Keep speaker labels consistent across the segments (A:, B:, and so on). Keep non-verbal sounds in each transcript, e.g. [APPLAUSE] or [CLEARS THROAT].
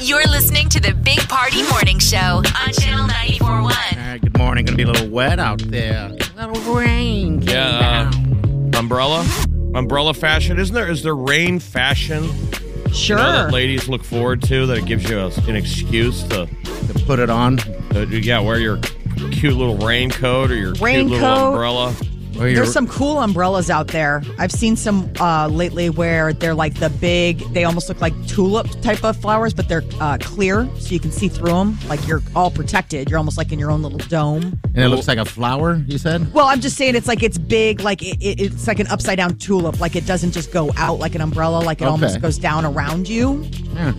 A: You're listening to the Big Party Morning Show on Channel
B: All
A: 941.
B: right, good morning. Gonna be a little wet out there. A little rain. came
C: Yeah, uh,
B: down.
C: Umbrella? Umbrella fashion? Isn't there is there rain fashion?
D: Sure.
C: You know, that ladies look forward to that it gives you a, an excuse to,
B: To put it on.
C: to yeah, wear your cute little raincoat or your cute little
D: Raincoat.
C: umbrella.
B: Or your-
D: There's some cool umbrellas out there. I've seen some uh, lately where they're like the big, they almost look like tulip type of flowers, but they're uh, clear so you can see through them. Like you're all protected. You're almost like in your own little dome.
B: And it looks like a flower. You said.
D: Well, I'm just saying it's like it's big, like it, it, it's like an upside down tulip. Like it doesn't just go out like an umbrella, like it
B: Okay.
D: almost goes down around you,
B: Yeah.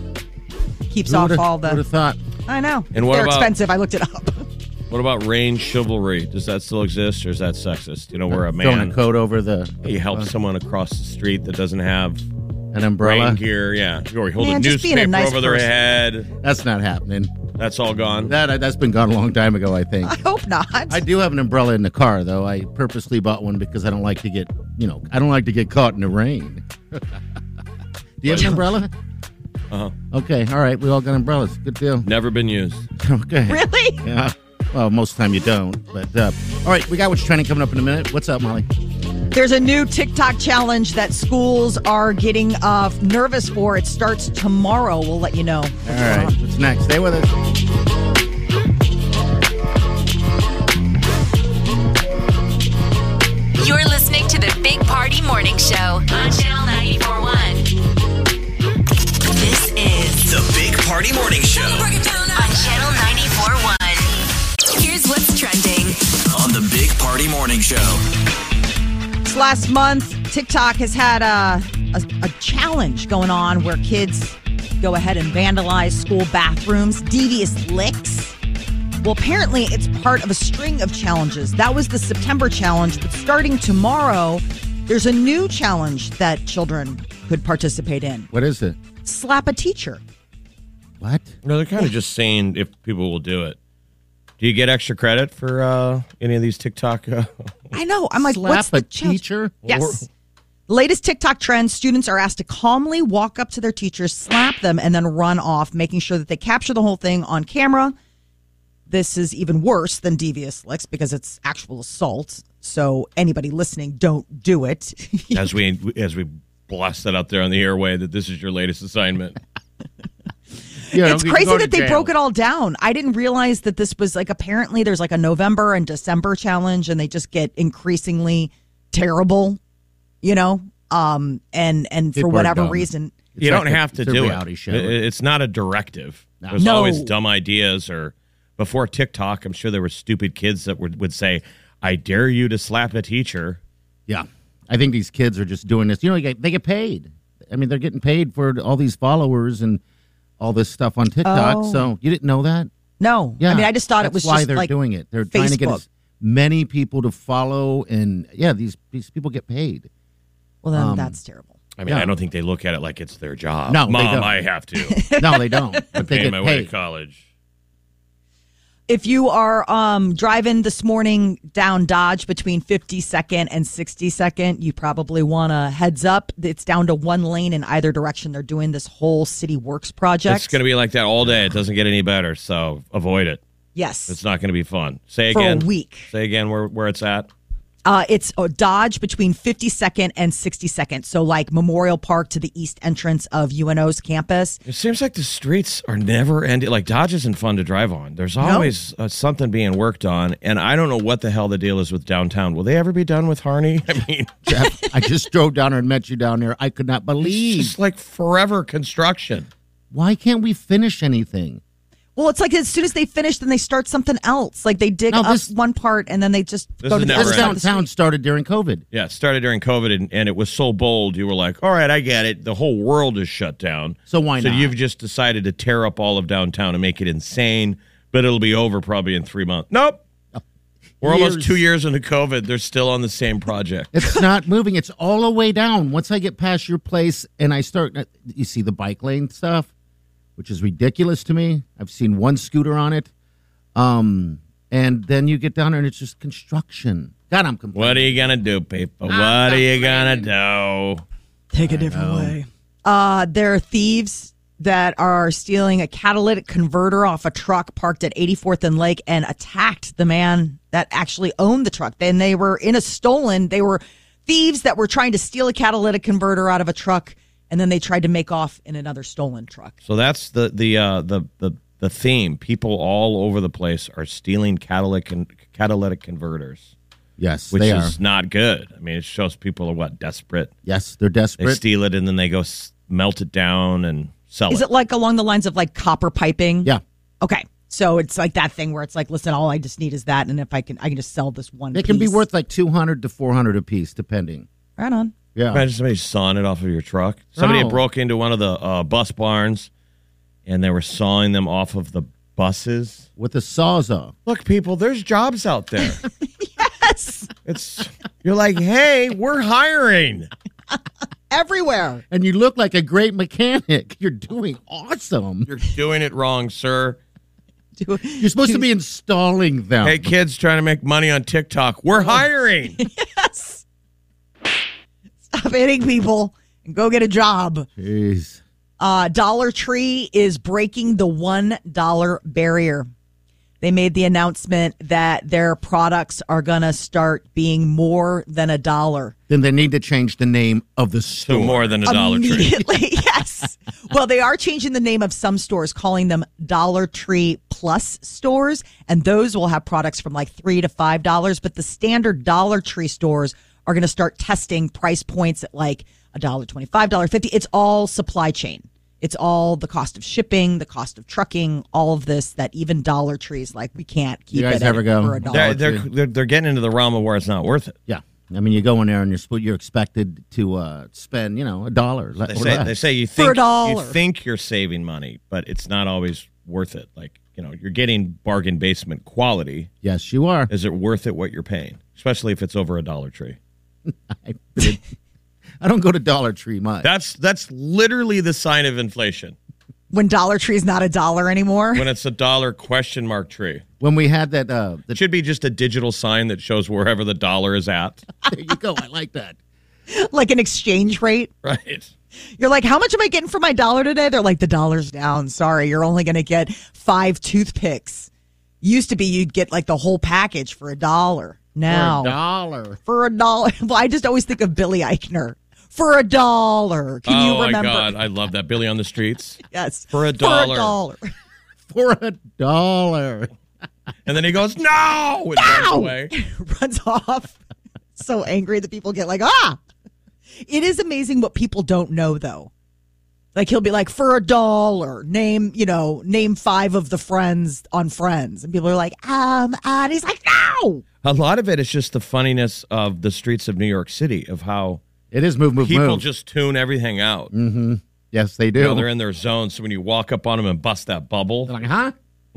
D: keeps
B: Who
D: off
B: would've-
D: all
B: would've
D: the.
B: thought?
D: I know.
C: And what
D: they're
C: about-
D: expensive. I looked it up. [LAUGHS]
C: What about rain chivalry? Does that still exist or is that sexist? You know, where a
B: Throwing a
C: man
B: coat over the
C: you help someone across the street that doesn't have
B: an umbrella.
C: rain gear, yeah. Or you hold a
D: Man, just being a
C: newspaper
D: nice
C: over their
D: person.
C: head.
B: That's not happening.
C: That's all gone.
B: That that's been gone a long time ago. I think.
D: I hope not.
B: I do have an umbrella in the car, though. I purposely bought one because I don't like to get, you know, I don't like to get caught in the rain. [LAUGHS] do you have an umbrella?
C: Uh-huh.
B: Okay, all right. We all got umbrellas. Good deal. [LAUGHS]
C: Never been used.
B: okay.
D: really?
B: Yeah. Well, most of the time you don't. But uh, all right, we got what's trending coming up in a minute. What's up, Molly?
D: There's a new TikTok challenge that schools are getting uh, nervous for. It starts tomorrow. We'll let you know.
B: All right, what's next? Stay with us.
A: You're listening to the Big Party Morning Show on Channel 941. This is
E: The Big Party Morning Show
A: on Channel 941. Here's what's trending.
E: on the Big Party Morning Show.
D: This last month, TikTok has had a, a, a challenge going on where kids go ahead and vandalize school bathrooms, devious licks. Well, apparently, it's part of a string of challenges. That was the September challenge, but starting tomorrow, there's a new challenge that children could participate in
B: What is it?
D: slap a teacher.
B: What?
C: No, they're kind of just saying if people will do it. Do you get extra credit for uh, any of these TikTok?
B: [LAUGHS]
C: Uh,
D: I know. I'm like,
B: Slap
D: what's
B: a
D: the challenge?
B: teacher?
D: Yes. Latest TikTok trend students are asked to calmly walk up to their teachers, slap them, and then run off, making sure that they capture the whole thing on camera. This is even worse than devious licks because it's actual assault. So, anybody listening, don't do it. [LAUGHS]
C: as we as we blast that out there on the airway, that this is your latest assignment.
B: You know,
D: it's
B: you
D: crazy
B: go to
D: that they
B: jail.
D: broke it all down. I didn't realize that this was like apparently there's like a November and December challenge and they just get increasingly terrible, you know? Um and and
B: People
D: for
B: are
D: whatever
B: dumb.
D: reason.
C: you
B: like
C: don't
B: a-
C: have
B: [LAUGHS]
C: to
B: it's a
C: do
B: reality
C: it.
B: show.
C: It- It's not a directive. There's
D: No.
C: always dumb ideas. Or before TikTok, I'm sure there were stupid kids that would would say, "I dare you to slap a teacher."
B: Yeah, I think these kids are just doing this. You know, they get, they get paid. I mean, they're getting paid for all these followers and all this stuff on TikTok.
D: Oh.
B: So you didn't know that?
D: No.
B: Yeah,
D: I mean I just thought
B: that's
D: it was
B: why
D: just
B: they're
D: like
B: doing it. They're trying to get
D: Facebook.
B: as many people to follow, and yeah, these these people get paid.
D: Well,
B: Um,
D: then that's terrible.
C: I mean,
B: Yeah.
C: I don't think they look at it like it's their job.
B: No, they
C: mom,
B: don't.
C: I have to
B: No, they
D: [LAUGHS]
B: don't. But [LAUGHS] they
C: pay
B: get
C: my way to
B: paid.
C: college.
D: If you are um, driving this morning down Dodge between 52nd and 62nd, you probably want a heads up. It's down to one lane in either direction. They're doing this whole City Works project.
C: It's going to be like that all day. It doesn't get any better. So avoid it.
D: yes.
C: It's not going to be fun. Say
D: For a
C: again.
D: week.
C: Say again where, where it's at.
D: Uh, it's a Dodge between 52nd and 62nd. So, like Memorial Park to the east entrance of UNO's campus.
C: It seems like the streets are never ending. Like Dodge isn't fun to drive on. There's always uh, something being worked on, and I don't know what the hell the deal is with downtown. Will they ever be done with Harney? [LAUGHS] I mean,
B: Jeff, I just drove down there and met you down there. I could not
C: it's
B: believe.
C: just like forever construction.
B: Why can't we finish anything?
D: Well, it's like as soon as they finish, then they start something else. Like they dig
B: No,
D: up
B: this-
D: one part and then they just
C: This
D: go
C: is
D: to the
C: never
D: other
B: This
C: Right.
D: side of the
B: downtown
D: street.
B: started during COVID.
C: Yeah, it started during COVID, and, and it was so bold. You were like, "All right, I get it. The whole world is shut down."
B: So why
C: So
B: not?
C: you've just decided to tear up all of downtown and make it insane, but it'll be over probably in three months. Nope. We're almost
B: Years.
C: two years into COVID. They're still on the same project. [LAUGHS]
B: It's not moving. It's all the way down. Once I get past your place and I start, uh, you see the bike lane stuff, which is ridiculous to me. I've seen one scooter on it. Um, and then you get down there and it's just construction. God, I'm complaining.
C: What are you gonna do, people? What are you gonna do?
D: Take a different way. Uh, there are thieves that are stealing a catalytic converter off a truck parked at 84th and Lake and attacked the man that actually owned the truck. Then they were in a stolen. They were thieves that were trying to steal a catalytic converter out of a truck, and then they tried to make off in another stolen truck.
C: So that's the the uh, the the the theme. People all over the place are stealing catalytic con- catalytic converters,
B: Yes,
C: which
B: they are.
C: is not good. I mean, it shows people are what desperate.
B: Yes, they're
C: They
B: desperate.
C: steal it and then they go s- melt it down and sell
D: Is
C: it.
D: it like along the lines of like copper piping?
B: yeah,
D: Okay. So it's like that thing where it's like, listen, all I just need is that, and if I can, I can just sell this one.
B: they can be
D: piece.
B: worth like two hundred to four hundred a piece, depending. [LAUGHS]
D: right on.
B: Yeah,
C: Imagine somebody sawing it off of your truck. Somebody
B: No.
C: had broke into one of the uh, bus barns and they were sawing them off of the buses.
B: with a sawzall.
C: Look, people, there's jobs out [LAUGHS] there. yes. It's you're like, hey, we're hiring.
D: [LAUGHS] Everywhere.
B: and you look like a great mechanic. [LAUGHS] You're doing awesome.
C: You're doing it wrong, sir.
D: Do-
B: You're supposed to be installing them.
C: Hey, kids trying to make money on TikTok. We're [LAUGHS] hiring.
D: Stop hitting people and go get a job.
B: Jeez.
D: Uh, Dollar Tree is breaking the $1 barrier. They made the announcement that their products are going to start being more than a dollar.
B: Then they need to change the name of the
C: So
B: store.
C: more than a dollar tree.
D: immediately. [LAUGHS] yes. Well, they are changing the name of some stores, calling them Dollar Tree Plus stores, and those will have products from like three to five dollars. But the standard Dollar Tree stores are going to start testing price points at like a dollar twenty-five, dollar fifty. It's all supply chain. It's all the cost of shipping, the cost of trucking, all of this. That even Dollar Tree's like we can't keep
B: You guys
D: it
B: ever
D: at,
B: go-
D: for a
B: That-
D: dollar.
C: They're, they're, they're, they're getting into the realm of where it's not worth it.
B: Yeah. I mean, you go in there and you're sp- you're expected to uh, spend, you know, a dollar. le-
C: They
B: or
C: say
B: less.
C: they say you
D: For a
C: think you
D: dollar.
C: think you're saving money, but it's not always worth it. Like you know, you're getting bargain basement quality.
B: yes, you are.
C: Is it worth it what you're paying? Especially if it's over a Dollar Tree.
B: I, did- I don't go to Dollar Tree much.
C: [LAUGHS] That's that's literally the sign of inflation
D: When Dollar Tree's not a dollar anymore, [LAUGHS]
C: when it's a dollar question mark tree.
B: when we had that, uh, the,
C: [LAUGHS] It should be just a digital sign that shows wherever the dollar is at. [LAUGHS]
B: there you go. I like that.
D: like an exchange rate.
C: Right.
D: You're like, how much am I getting for my dollar today? They're like, the dollar's down. Sorry, you're only going to get five toothpicks. Used to be you'd get like the whole package for a dollar. Now,
B: For a dollar.
D: for a dollar. [LAUGHS] Well, I just always think of Billy Eichner. For a dollar. Can
C: oh
D: you
C: my
D: remember?
C: God, I love that Billy on the streets.
D: Yes.
C: For a
D: For
C: dollar.
D: a dollar.
B: For a dollar.
C: And then he goes, "No!" and runs away.
D: [LAUGHS] Runs off. so angry that people get like, ah. It is amazing what people don't know, though. Like he'll be like, for a dollar, name, you know, name five of the friends on Friends. And people are like, um, uh, and he's like, no.
C: A lot of it is just the funniness of the streets of New York City of how
B: It is move, move,
C: people
B: move.
C: just tune everything out.
B: yes, they do.
C: You know, they're in their zone. So when you walk up on them and bust that bubble,
B: They're like,
C: [LAUGHS]
B: huh?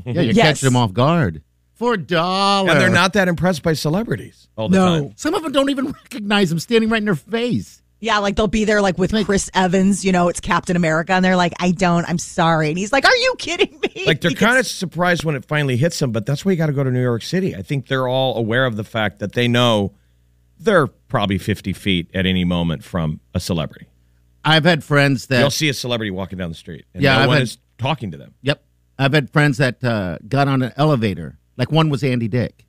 B: Yeah, you
D: Yes.
B: catch them off guard. For a dollar.
C: and they're not that impressed by celebrities all the
D: No.
C: time.
B: Some of them don't even [LAUGHS] recognize him standing right in their face.
D: Yeah, like they'll be there like with Chris Evans, you know, it's Captain America. And they're like, I don't, I'm sorry. And he's like, are you kidding me? [LAUGHS]
C: Like they're
D: He gets-
C: kind of surprised when it finally hits them, but that's why you got to go to New York City. I think they're all aware of the fact that they know they're probably 50 feet at any moment from a celebrity.
B: I've had friends that
C: You'll see a celebrity walking down the street, and
B: Yeah,
C: no
B: I've
C: one
B: had-
C: is talking to them.
B: Yep. I've had friends that uh, got on an elevator. Like one was Andy Dick.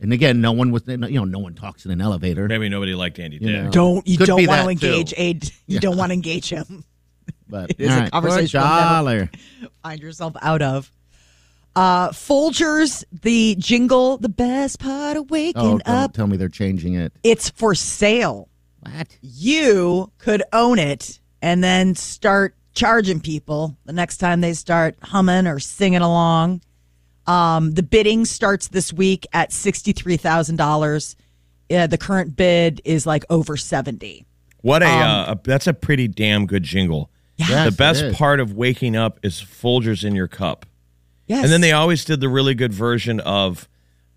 B: And again, no one was you know, no one talks in an elevator.
C: Maybe nobody liked Andy
B: You
C: Dick.
B: know.
D: don't, you
B: Could
D: don't
B: be
D: want
B: that,
D: to engage
B: too.
D: aid. You don't want to engage him.
B: But
C: [LAUGHS]
D: is a
B: all right, for
D: conversation we'll never-
B: dollar.
D: find yourself out of. Uh, Folgers, the jingle, the best part of waking
B: Oh, don't
D: up.
B: tell me they're changing it.
D: It's for sale.
B: What?
D: You could own it and then start charging people the next time they start humming or singing along. Um, the bidding starts this week at $63,000. Yeah, Uh, the current bid is like over 70.
C: What a, uh, a that's a pretty damn good jingle.
B: Um, Yes,
C: the
B: it
C: best
B: is.
C: part of waking up is Folgers in your cup.
D: Yes.
C: And then they always did the really good version of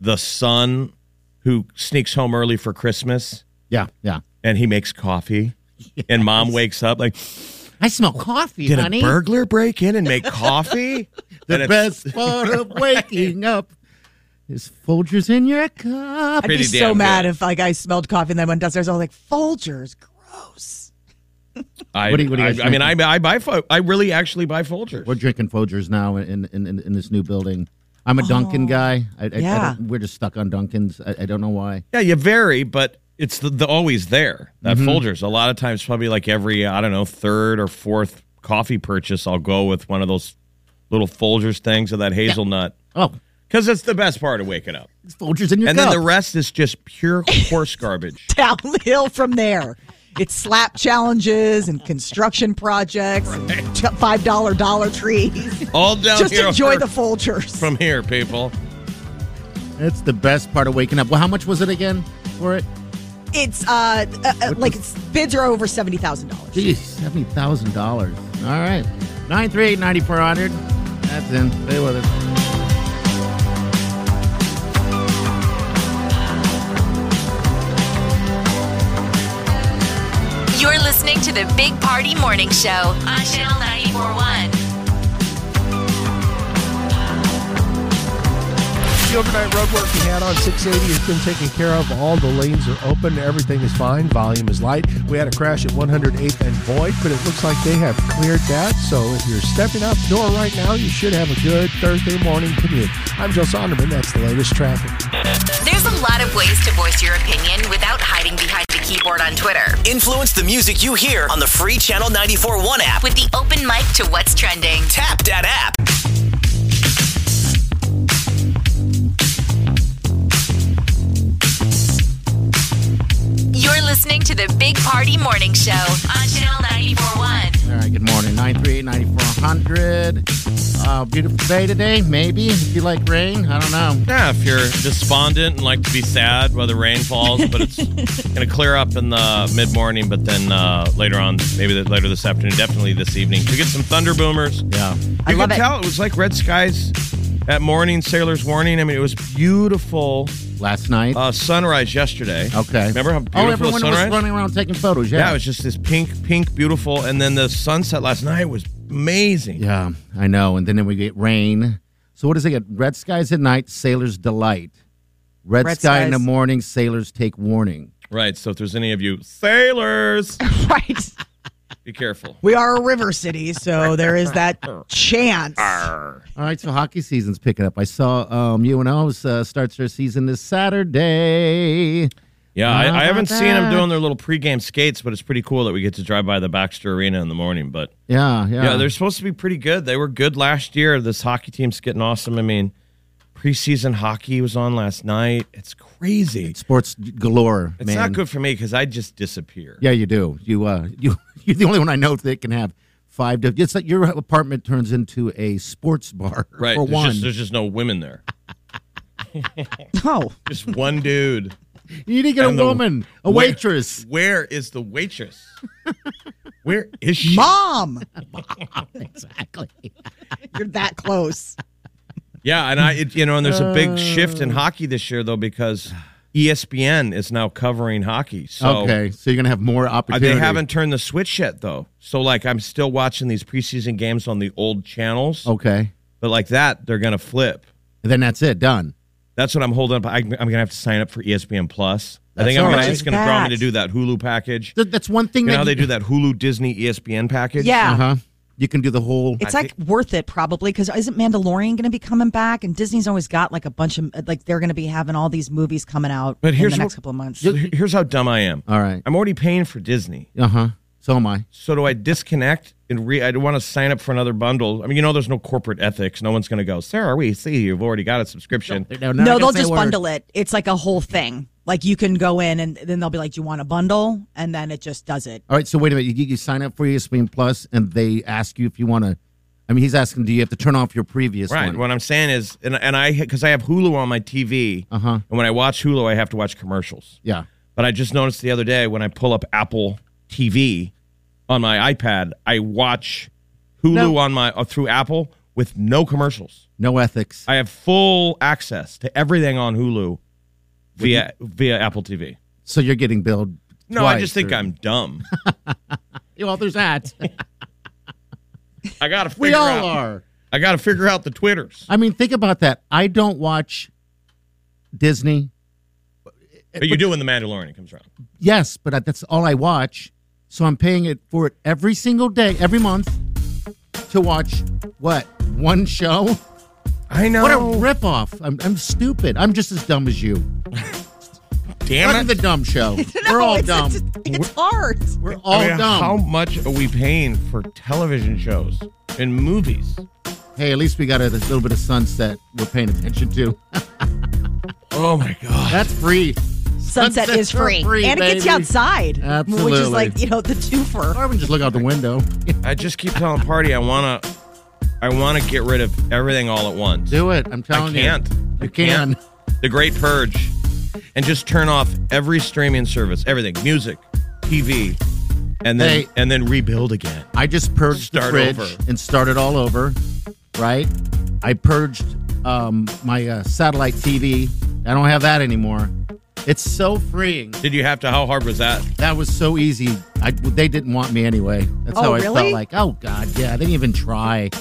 C: the son who sneaks home early for Christmas
B: Yeah, yeah.
C: and he makes coffee. And mom wakes up like,
B: I smell coffee,
C: did
B: honey.
C: a burglar break in and
B: [LAUGHS]
C: make coffee?
B: the
C: And it's
B: best
C: [LAUGHS]
B: part of waking up is Folgers in your cup.
D: I'd be
C: pretty
D: so
C: damn
D: mad
C: good.
D: if like I smelled coffee and then went downstairs. I was like, Folgers, gross.
C: I,
B: What do you- what do you
C: I-
B: guys
C: I, mean, I, I buy, Fo- I really actually buy Folgers.
B: We're drinking Folgers now in in, in, in this new building. I'm a Dunkin' guy. I, I, I
D: Yeah.
B: don't, we're just stuck on Dunkin's. I, I don't know why.
C: Yeah, you vary, but it's the, the always there. That
B: Mm-hmm.
C: Folgers, a lot of times, probably like every I don't know third or fourth coffee purchase, I'll go with one of those little Folgers things or that hazelnut
B: Oh,
C: because it's the best part of waking up.
B: it's Folgers in your
C: and
B: cup.
C: then the rest is just pure horse
B: [LAUGHS]
C: garbage.
D: Downhill from there. It's slap challenges and construction projects, and t- five dollar Dollar Trees.
C: All down
D: Just
C: here
D: enjoy
C: are
D: the Folgers.
C: from here, people.
B: That's the best part of waking up. Well, how much was it again for it?
D: it's uh, uh, uh like it's, bids are over seventy thousand dollars.
B: Jeez, seventy thousand dollars. All right, nine three eight ninety four hundred. That's in. Stay with us.
A: You're listening to the Big Party Morning Show on Channel 941.
F: The overnight road work we had on 680 has been taken care of. All the lanes are open. Everything is fine. Volume is light. We had a crash at 108th and Boyd, but it looks like they have cleared that. So if you're stepping out the door right now, you should have a good Thursday morning commute. I'm Joe Sonderman. That's the latest traffic.
A: There's a lot of ways to voice your opinion without hiding behind the keyboard on Twitter.
E: Influence the music you hear on the free Channel 94.1 app.
A: With the open mic to what's trending.
E: Tap that app.
A: You're listening to the Big Party Morning Show on Channel 941.
B: All right, good morning. 938-9400. Uh, beautiful day today, maybe. If you like rain, I don't know.
C: Yeah, if you're despondent and like to be sad while the rain falls, but it's
D: [LAUGHS]
C: going to clear up in the mid morning, but then uh, later on, maybe th- later this afternoon, definitely this evening, we get some thunder boomers.
B: Yeah.
D: I
C: You
D: love
C: could
D: it.
C: tell it was like red skies at morning, sailor's warning. I mean, it was beautiful
B: Last night.
C: uh, sunrise yesterday.
B: okay.
C: Remember how
B: Oh,
C: beautiful the
B: everyone was
C: sunrise?
B: running around taking photos. Yeah.
C: yeah, it was just this pink, pink, beautiful. And then the sunset last night was amazing.
B: Yeah, I know. And then we get rain. So what does it get? Red skies at night, sailors delight. Red,
D: Red
B: sky in the
D: skies.
B: morning, sailors take warning.
C: Right. So if there's any of you sailors,
D: right.
C: be
B: [LAUGHS]
C: careful.
D: We are a river city, so there is that chance.
B: All right, so hockey season's picking up. I saw um, UNO's uh, starts their season this Saturday.
C: Yeah, I, I haven't
B: Not
C: seen them
B: bad.
C: doing their little pregame skates, but it's pretty cool that we get to drive by the Baxter Arena in the morning. But
B: Yeah, yeah.
C: yeah, they're supposed to be pretty good. They were good last year. This hockey team's getting awesome. I mean, preseason hockey was on last night. It's crazy. It's,
B: sports galore. man.
C: not good for me because I just disappear.
B: Yeah, you do. You uh, [LAUGHS] you you're the only one I know that can have five. Di- it's like your apartment turns into a sports bar [LAUGHS]
C: Right.
B: for
C: There's
B: one.
C: Just, there's just no
B: [LAUGHS]
C: women there.
D: Oh,
C: Just one dude.
B: you need to get a
C: and the-
B: woman, a
C: Where- [LAUGHS]
B: waitress.
C: Where is the waitress? Where
B: [LAUGHS]
C: is she?
D: mom,
B: Exactly.
D: you're that close.
C: Yeah, and I, it, you know, and there's a big shift
B: Oh.
C: in hockey this year though because E ESPN is now covering hockey. So
B: okay, so you're gonna have more
C: Uh,
B: opportunity.
C: They haven't turned the switch yet, though. So, like, I'm still watching these preseason games on the old channels,
B: Okay,
C: but like that, they're gonna flip.
B: and then that's it. Done.
C: That's what I'm holding up. I, I'm gonna have to sign up for E ESPN Plus. I
B: That's
C: think I'm
B: all
C: gonna,
B: right.
C: it's gonna draw
D: That.
C: me to do that Hulu package.
B: Th- that's one thing
C: You know
B: that
C: how they
B: you-
C: do that Hulu Disney E ESPN package?
D: Yeah.
B: Uh huh. You can do the whole.
D: It's like worth it probably because isn't Mandalorian going to be coming back? And Disney's always got like a bunch of like they're going to be having all these movies coming out
C: But here's
D: in the
C: what-
D: next couple of months.
C: So here- here's how dumb I am.
B: All right.
C: I'm already paying for Disney.
B: Uh huh. So am I.
C: So do I disconnect and re? I don't want to sign up for another bundle. I mean, you know, there's no corporate ethics. No one's gonna go, Sarah. We see you've already got a subscription.
D: no, they'll just bundle it. It's like a whole thing. Like you can go in and then they'll be like, "Do you want a bundle?" And then it just does it.
B: All right, so wait a minute. You, you sign up for E ESPN Plus, and they ask you if you want to. I mean, he's asking, do you have to turn off your previous
C: Right.
B: one?
C: What I'm saying is, and, and I, because I have Hulu on my TV,
B: Uh-huh.
C: and when I watch Hulu, I have to watch commercials.
B: Yeah.
C: But I just noticed the other day when I pull up Apple TV on my iPad, I watch Hulu
B: No.
C: on my uh, through Apple with no commercials.
B: No ethics.
C: I have full access to everything on Hulu via via Apple TV.
B: so you're getting billed.
C: No, I
B: twice,
C: just think
B: or-
C: I'm dumb.
B: Well, there's
C: [LAUGHS]
B: that.
C: I gotta figure
B: we all
C: out.
B: are.
C: I gotta figure out the Twitters.
B: I mean, think about that. I don't watch Disney.
C: But you do when the Mandalorian comes around.
B: Yes, but I- that's all I watch. So I'm paying it for it every single day, every month, to watch what one show.
C: I know.
B: What a ripoff! I'm I'm stupid. I'm just as dumb as you.
C: Damn
B: I'm
C: it.
B: the dumb
C: [LAUGHS]
B: show. [LAUGHS] We're
D: No,
B: all
D: it's,
B: dumb.
D: It's, it's hard.
B: We're all
C: I mean,
B: dumb.
C: How much are we paying for television shows and movies?
B: Hey, at least we got a, this little bit of sunset we're paying attention to.
C: Oh my
B: [LAUGHS]
C: god.
B: That's free.
D: Sunset
B: Sunsets
D: is
B: are
D: free,
B: free,
D: and it gets you
B: baby.
D: outside, which
B: Absolutely.
D: is like you know the twofer.
B: Or we can just look out the window.
C: I just keep telling Party I wanna I wanna get rid of everything all at
B: [LAUGHS]
C: once.
B: Do it. I'm
C: I
B: telling
C: can't.
B: you.
C: I
B: You can.
C: The Great Purge. And just turn off every streaming service, everything. Music, TV, and then
B: Hey.
C: and then rebuild again.
B: I just purged the
C: Start
B: fridge
C: over.
B: and started all over, right? I purged um, my uh, satellite TV. I don't have that anymore. It's so freeing.
C: Did you have to how hard was that?
B: That was so easy. I, they didn't want me anyway. That's
D: Oh,
B: how I
D: really?
B: felt like, oh, God, yeah, they didn't even try. I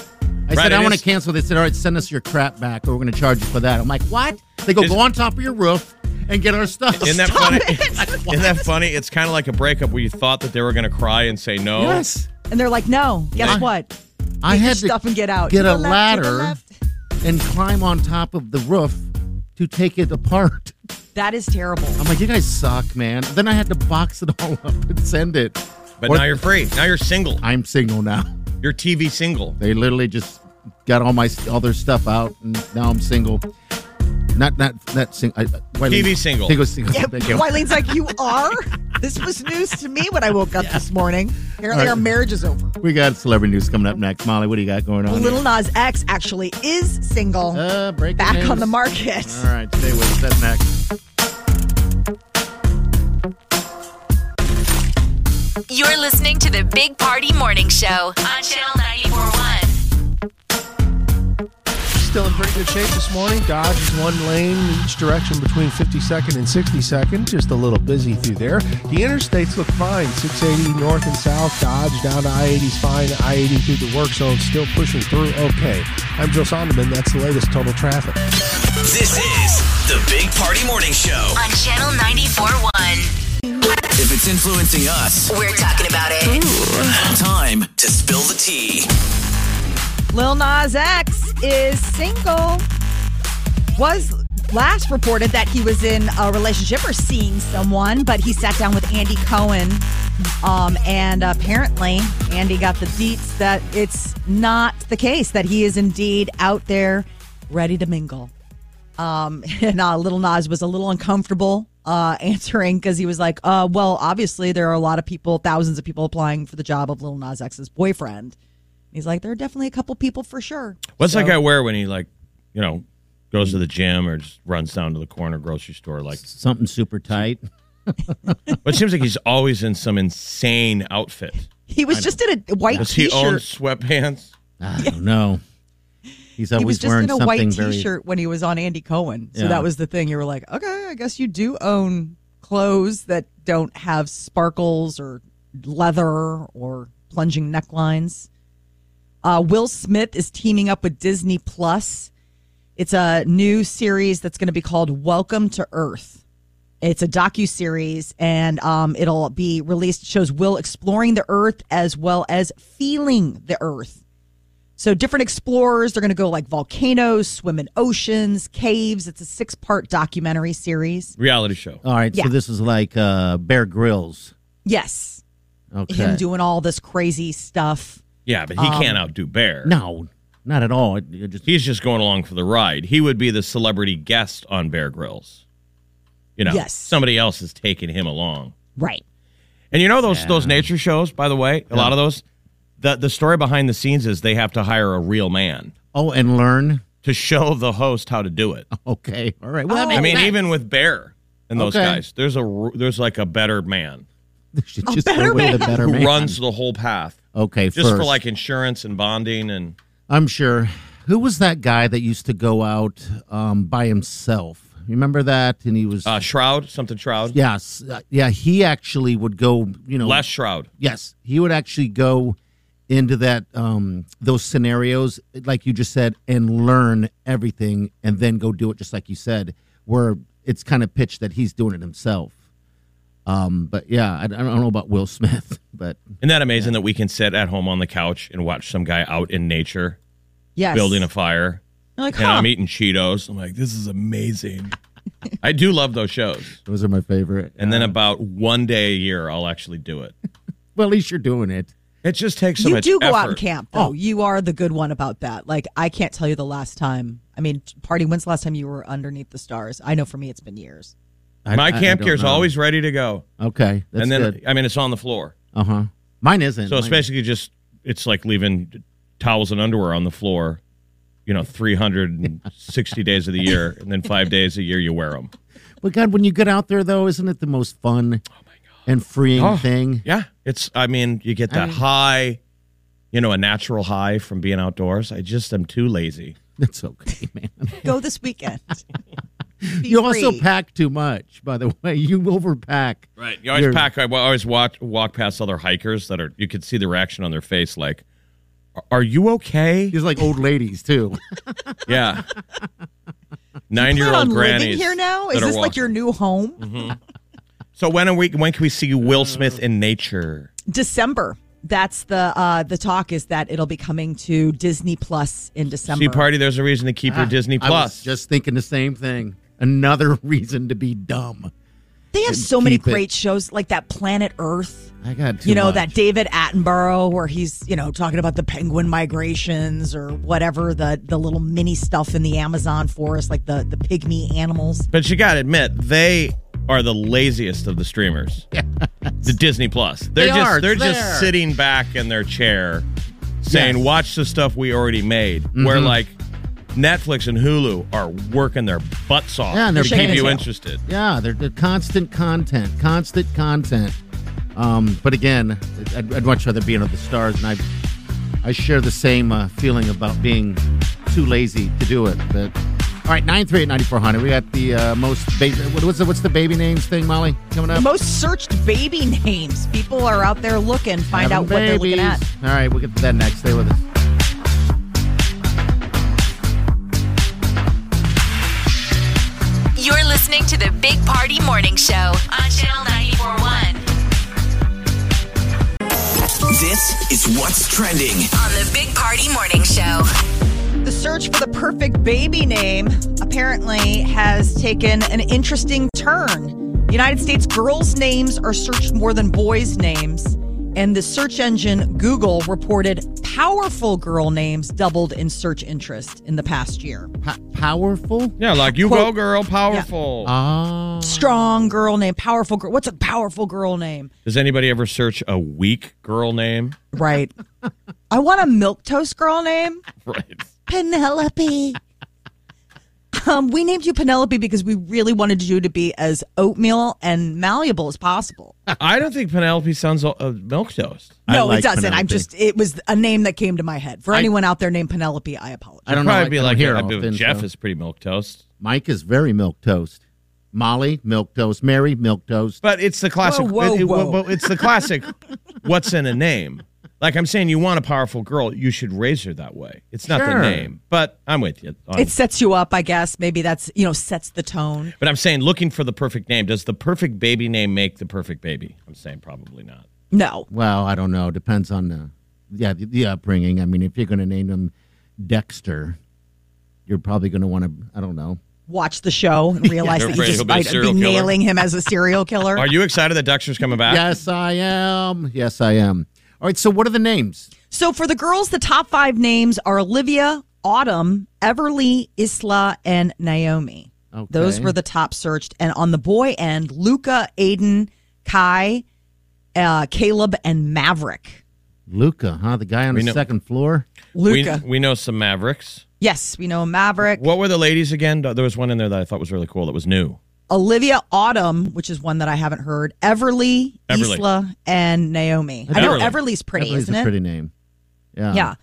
C: Right,
B: said, I
C: it
B: want to
C: is-
B: cancel. They said, all right, send us your crap back or we're going to charge you for that. I'm like, what? They go,
C: Is-
B: go on top of your roof and get our stuff.
C: [LAUGHS] Isn't that
B: Stop
C: funny?
B: it.
C: [LAUGHS] Isn't that funny? It's kind of like a breakup where you thought that they were going to cry and say no.
B: Yes.
D: And they're like, "No, guess
C: Yeah.
D: what?
B: I
D: Get your
B: had to
D: stuff and get out. To
B: get
D: the
B: a
D: left, to the
B: ladder.
D: left.
B: and climb on top of the roof to take it apart.
D: That is terrible.
B: I'm like, you guys suck, man. Then I had to box it all up and send it.
C: But
B: Or-
C: now you're free. Now you're single.
B: I'm single now.
C: You're TV single.
B: They literally just got all my all their stuff out, and now I'm single. Not not not sing. I, why
C: TV single.
B: Single single. [LAUGHS]
D: Yeah,
B: Thank you.
D: Wileen's like, you are? This was news to me when I woke up this morning. Apparently,
B: All right.
D: our marriage is over.
B: We got celebrity news coming up next. Molly, what do you got going on?
D: Little Nas X actually is single,
B: uh, breaking
D: back on
B: news.
D: the market.
B: All right, stay with us. That's next.
A: You're listening to the Big Party Morning Show on Channel 941.
F: Still in pretty good shape this morning. Dodge is one lane each direction between 52nd and 62nd. Just a little busy through there. The interstates look fine. 680 north and south. Dodge down to I 80 is fine. I 80 through the work zone. Still pushing through okay. I'm Joe Sonderman. That's the latest total traffic.
E: This is the Big Party Morning Show.
A: On Channel 941.
E: If it's influencing us,
A: We're talking about it.
E: time to spill the tea.
D: Lil Nas X is single. Was last reported that he was in a relationship or seeing someone, but he sat down with Andy Cohen. Um, and apparently, Andy got the deets that it's not the case, that he is indeed out there ready to mingle. Um, [LAUGHS] and uh, Little Nas was a little uncomfortable uh, answering because he was like, uh, well, obviously, there are a lot of people, thousands of people applying for the job of Little Nas X's boyfriend. He's like, there are definitely a couple people for sure.
C: What's
D: So-
C: that guy wear when he like, you know, goes to the gym or just runs down to the corner grocery store?
B: [LAUGHS]
C: Like,
B: Something super tight.
C: but it seems like he's always in some insane outfit.
D: He was just in a white
C: Does he
D: t-shirt.
C: own sweatpants?
B: I don't know. He's always
D: he was just
B: wearing
D: in a
B: something
D: white
B: very.
D: t-shirt when he was on Andy Cohen. So
B: Yeah.
D: that was the thing. You were like, okay, I guess you do own clothes that don't have sparkles or leather or plunging necklines. Uh, Will Smith is teaming up with Disney Plus. It's a new series that's going to be called Welcome to Earth. It's a docu series, and um, it'll be released. It shows Will exploring the Earth as well as feeling the Earth. So different explorers, they're going to go like volcanoes, swim in oceans, caves. It's a six part documentary series.
C: Reality show.
B: All right,
D: Yeah.
B: so this is like uh, Bear Grylls.
D: Yes,
B: Okay.
D: him doing all this crazy stuff.
C: Yeah, but he can't outdo Bear.
B: Um, No, not at all. It, it just
C: He's just going along for the ride. He would be the celebrity guest on Bear Grylls. You know,
D: Yes.
C: somebody else is taking him along.
D: Right.
C: And you know those those nature shows, by the way, a lot of those. The the story behind the scenes is they have to hire a real man
B: Oh, and learn.
C: to show [LAUGHS] the host how to do it.
B: Oh, Okay. All right.
D: Oh.
B: Well,
C: I
B: [LAUGHS]
C: mean, even with Bear and those
B: Okay.
C: guys, there's a r- there's like a better man
B: should just go with a better
C: who
B: man.
C: runs the whole path,
B: Okay.
C: just
B: first.
C: for like insurance and bonding and
B: I'm sure. Who was that guy that used to go out um, by himself? Remember that? And he was.
C: uh, shroud something shroud
B: yes. uh, yeah. He actually would go. You know.
C: last shroud.
B: Yes, he would actually go into that um those scenarios like you just said and learn everything and then go do it just like you said where it's kind of pitched that he's doing it himself um but yeah i, I don't know about will smith [LAUGHS] but
C: Isn't that amazing that we can sit at home on the couch and watch some guy out in nature
D: Yes.
C: building a fire?
D: You're like,
C: And
D: huh.
C: I'm eating Cheetos. I'm like, this is amazing. I do love those shows.
B: those are my favorite
C: And then about one day a year, I'll actually do it.
B: well at least you're doing it
C: [LAUGHS] It just takes so
D: you
C: much
D: do go out
C: effort. Oh.
D: and camp, though. You are the good one about that. Like, I can't tell you the last time. I mean, party, when's the last time you were underneath the stars? I know for me, it's been years.
B: I-
C: My
B: I- I
C: camp
B: don't
C: gear's
B: know.
C: always ready to go.
B: okay that's
C: and then,
B: good.
C: I mean, it's on the floor.
B: uh-huh mine isn't
C: So it's
B: Mine-
C: basically just, it's like leaving towels and underwear on the floor, you know, [LAUGHS] 360 days of the year. And then five days a year, you wear them.
B: but god when you get out there though isn't it the most fun and freeing
C: Oh.
B: thing [LAUGHS]
C: Yeah. It's, I mean, you get that high, you know, a natural high from being outdoors. I just am too lazy.
B: that's
C: [LAUGHS]
B: okay man
D: Go this weekend. Be
B: You also
D: free.
B: pack too much, by the way. You overpack.
C: Right. You always
B: You're-
C: pack. I always watch, walk past other hikers that are, you could see the reaction on their face like, are you okay?
B: He's like old ladies too.
C: [LAUGHS] Yeah. Nine year
D: Plan on
C: old grannies.
D: living here now? Is
C: that are
D: this like your
C: walking.
D: new home?
C: So when are we? When can we see Will Smith in nature?
D: December. That's the uh, the talk is that it'll be coming to Disney Plus in December.
C: See, party. There's a reason to keep your Disney
B: I was
C: Plus.
B: just thinking the same thing. Another [LAUGHS] reason to be dumb.
D: They have so many
B: uh, keep it.
D: great shows like that Planet Earth.
B: I got too
D: you know
B: much.
D: that David Attenborough where he's you know talking about the penguin migrations or whatever the the little mini stuff in the Amazon forest like the the pygmy animals.
C: but you gotta admit, they are the laziest of
B: [LAUGHS]
C: the streamers. the Disney Plus.
B: They
C: They're just
B: are. It's
C: they're just
B: there.
C: sitting back in their chair,
B: Yes.
C: saying,
B: Mm-hmm.
C: "Watch the stuff we already made." Where like Netflix and Hulu are working their butts off
B: Yeah, and
C: to
B: they're
C: keep
B: shaking
C: you
B: it.
C: interested.
B: Yeah, they're, they're constant content, constant content. Um, but again, I'd, I'd much rather be under the stars, and I I share the same uh, feeling about being too lazy to do it. But all right, nine three eight ninety four hundred. We got the uh, most baby. What, what's the what's the baby names thing, Molly? Coming
D: The
B: up.
D: most searched baby names. People are out there looking, find out
B: Having
D: what they're looking at.
B: babies. All right, we'll get to that next. Stay with us.
A: You're listening to the Big Party Morning Show on Channel 941
E: This is what's trending.
A: on the Big Party Morning Show.
D: The search for the perfect baby name apparently has taken an interesting turn. United States girls' names are searched more than boys' names, and the search engine Google reported powerful girl names doubled in search interest in the past year.
B: Pa- powerful.
C: Yeah, like you go,
D: Quote-
C: girl, powerful.
B: Ah,
D: Strong girl name, powerful girl. What's a powerful girl name?
C: Does anybody ever search a weak girl name? [LAUGHS]
D: Right. [LAUGHS] I want a milk toast girl name.
C: Right.
D: Penelope. Um, we named you Penelope because we really wanted you to be as oatmeal and malleable as possible.
C: I don't think Penelope sounds a uh, milk toast.
B: I
D: No,
B: like
D: it doesn't. I'm
B: Penelope.
D: just it was a name that came to my head. For
B: I-
D: anyone out there named Penelope, I
B: I
D: apologize.
B: don't know.
C: Probably
B: I
C: be
B: don't
C: like
B: hear
C: that.
B: it
C: But
B: often,
C: Jeff
B: so-
C: is pretty milk toast.
B: Mike is very milk toast. Molly milk toast. Mary milk toast.
C: But it's the classic.
D: Whoa, whoa,
C: it- it-
D: whoa.
C: but It's the classic. what's in a name? Like I'm saying, you want a powerful girl, you should raise her that way. It's not the
B: Sure.
C: name, but I'm with you. on-
D: It sets you up, I guess. Maybe that's you know sets the tone.
C: but I'm saying, looking for the perfect name. Does the perfect baby name make the perfect baby? I'm saying probably not.
D: No,
B: well, I don't know. Depends on the yeah the, the upbringing. I mean, if you're going to name them Dexter, you're probably going to want to. I don't know.
D: watch the show
C: [LAUGHS]
D: and realize
C: They're
D: that you
C: afraid
D: just
C: he'll be a
D: might be
C: serial killer.
D: nailing him as a serial killer.
C: Are you excited that Dexter's coming back?
B: Yes, I am. Yes, I am. All right. So, what are the names?
D: So for the girls, the top five names are Olivia, Autumn, Everly, Isla, and Naomi.
B: Okay.
D: Those were the top searched. And on the boy end, Luca, Aiden, Kai, uh, Caleb, and Maverick.
B: Luca, huh? The guy on
C: We
B: the
C: know-
B: second floor.
C: We,
D: Luca.
C: we know some Mavericks.
D: yes, we know Maverick.
C: What were the ladies again? There was one in there that I thought was really cool that was new.
D: Olivia Autumn, which is one that I haven't heard. Everly,
C: Everly.
D: Isla, and Naomi. I know
C: Everly.
D: Everly's pretty,
B: Everly's
D: isn't
B: a
D: it?
B: pretty name. Yeah.
C: Uh-huh.
D: Yeah.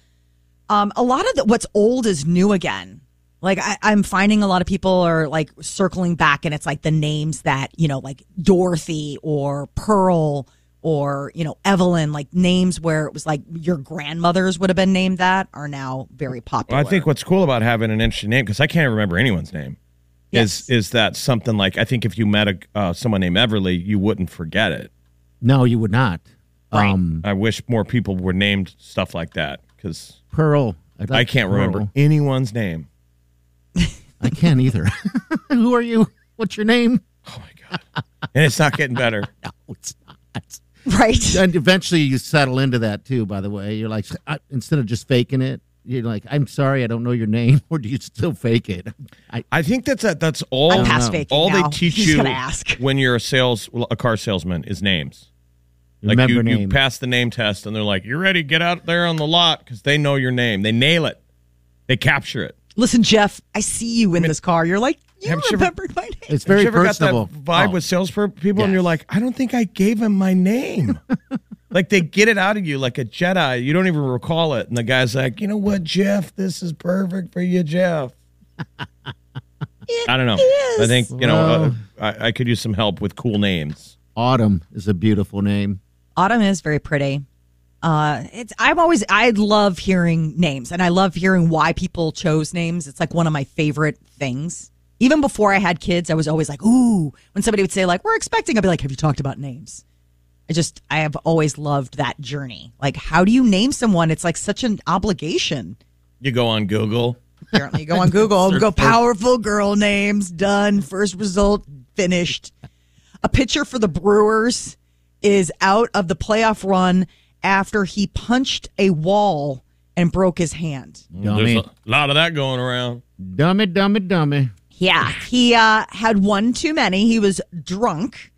D: Um, a lot of the, what's old is new again. Like I, I'm finding a lot of people are like circling back, and it's like the names that you know, like Dorothy or Pearl or you know Evelyn, like names where it was like your grandmothers would have been named that are now very popular.
C: Well, I think what's cool about having an interesting name because I can't remember anyone's name
D: Yes.
C: is is that something like I think if you met a uh, someone named Everly, you wouldn't forget it.
B: No, you would not. Um,
C: I wish more people were named stuff like that because
B: Pearl. I'd like
C: I can't
B: Pearl.
C: remember anyone's name.
B: I can't either. [LAUGHS] Who are you? What's your name? [LAUGHS]
C: Oh my god! and it's not getting better.
B: No, it's not.
D: [LAUGHS] right.
B: And eventually you settle into that too, by the way. You're like, I, instead of just faking it, you're like, I'm sorry, I don't know your name. [LAUGHS] Or do you still fake
C: [LAUGHS]
B: it? I,
C: I think that's that. That's all.
D: I'm past faking
C: all
D: now.
C: they teach
D: He's
C: you
D: gonna ask.
C: when you're a sales a car salesman is names. Like
B: remember
C: you,
B: name.
C: you pass the name test and they're like, "You're ready. Get out there on the lot because they know your name. They nail it. They capture it."
D: Listen, Jeff, I see you in this car. You're like you
C: Haven't you ever-
D: remembered my name.
B: it's very
C: Have you ever
B: personable.
C: got that vibe
B: Oh,
C: with salespeople, people,
B: Yes.
C: and you're like, I don't think I gave him my
B: [LAUGHS]
C: name. like they get it out of you like a Jedi. You don't even recall it, and the guy's like, you know what, Jeff, this is perfect for you, Jeff. I don't know. I
D: is.
C: think you know uh,
B: Well-
C: I, I could use some help with cool names.
B: Autumn is a beautiful name.
D: Autumn is very pretty. Uh, it's I'm always I love hearing names and I love hearing why people chose names. It's like one of my favorite things. Even before I had kids, I was always like, "Ooh!" When somebody would say like, "We're expecting," I'd be like, "Have you talked about names?" I just I have always loved that journey. Like, how do you name someone? It's like such an obligation.
C: You go on Google.
D: Apparently, you go on Google, go powerful girl names, done, first result, finished. A pitcher for the Brewers is out of the playoff run after he punched a wall and broke his hand.
B: Dummy.
C: There's a lot of that going around.
B: Dummy, dummy, dummy.
D: Yeah. He uh, had one too many. He was drunk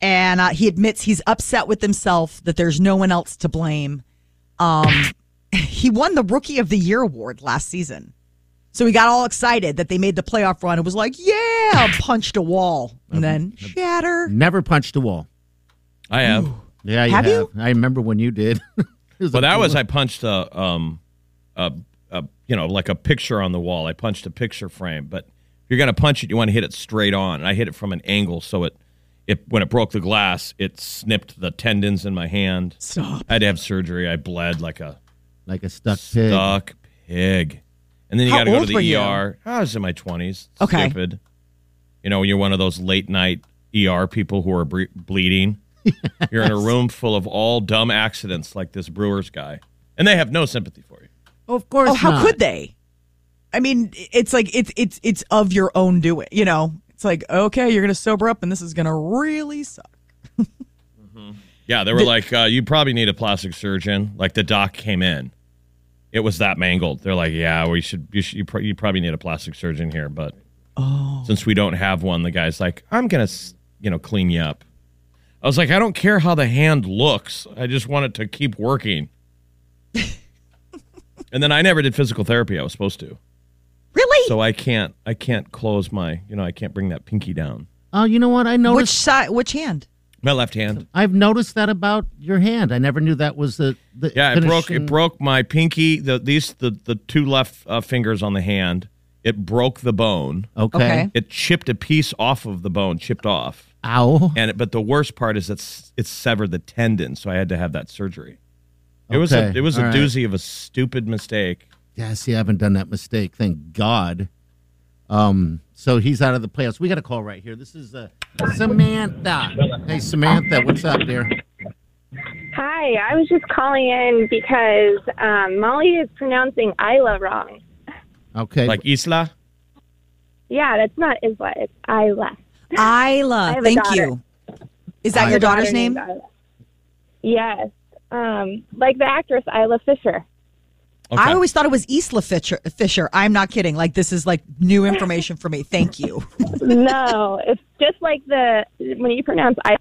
D: and uh, he admits he's upset with himself that there's no one else to blame. Um, [LAUGHS] he won the Rookie of the Year award last season. So he got all excited that they made the playoff run and was like, yeah, [LAUGHS] punched a wall and then shatter.
B: Never punched a wall.
C: I have.
B: Yeah, you
D: Have
B: have.
D: you?
B: I remember when you did. [LAUGHS] It was
C: Well,
B: a
C: that
B: cool-
C: was I punched a um a, a you know like a picture on the wall. I punched a picture frame, but if you're gonna punch it, you want to hit it straight on. And I hit it from an angle, so it it when it broke the glass, it snipped the tendons in my hand.
D: Stop.
C: I had to have surgery. I bled like a
B: like a stuck pig.
C: stuck pig, and then you
D: How
C: got to go to
D: old were
C: the
D: you?
C: ER. I was in my twenties.
D: Okay.
C: Stupid. You know, when you're one of those late night ER people who are bre-
D: [LAUGHS]
C: bleeding. You're in a room full of all dumb accidents like this Brewers guy, and they have no sympathy for you.
B: of course.
D: Oh, how
B: not.
D: could they? I mean, it's like it's it's it's of your own doing. You know, it's like okay, you're gonna sober up, and this is gonna really suck.
C: Yeah, they were like, uh, you probably need a plastic surgeon. Like the doc came in, it was that mangled. They're like, yeah, we should, you should, you, pr- you probably need a plastic surgeon here, but since we don't have one, the guy's like, I'm gonna, s- you know, clean you up. I was like, I don't care how the hand looks. I just want it to keep working. and then I never did physical therapy. I was supposed to,
D: Really?
C: so I can't, I can't close my, you know, I can't bring that pinky down.
B: Oh, you know what? I
D: which
B: noticed.
D: side? Which hand?
C: My left hand.
B: I've noticed that about your hand. I never knew that was the. the
C: Yeah, it broke. It
B: finishing-
C: broke my pinky. The these the the two left uh, fingers on the hand. It broke the bone.
B: Okay.
D: Okay.
C: It chipped a piece off of the bone, chipped off.
B: Ow.
C: And it, but the worst part is it's it severed the tendon, so I had to have that surgery. It was a
B: Okay,
C: it was a
B: all right.
C: doozy of a stupid mistake.
B: Yeah, see, I haven't done that mistake. Thank God. Um, so he's out of the playoffs. We got a call right here. This is uh, Samantha. Hey, Samantha, what's up, dear?
G: Hi, I was just calling in because um, Molly is pronouncing Isla wrong.
B: Okay,
C: Like Isla,
G: Yeah, that's not Isla, it's Isla. I
D: Isla,
G: have a
D: thank
G: daughter.
D: you. Is that
B: I
D: your
B: have a
D: daughter's
G: Daughter
D: name?
G: named Isla. Yes, um, like the actress Isla Fisher.
D: I always thought it was Isla Fisher, Fisher. I'm not kidding. Like this is like new information for me. Thank you. [LAUGHS]
G: no, it's just like the when you pronounce I,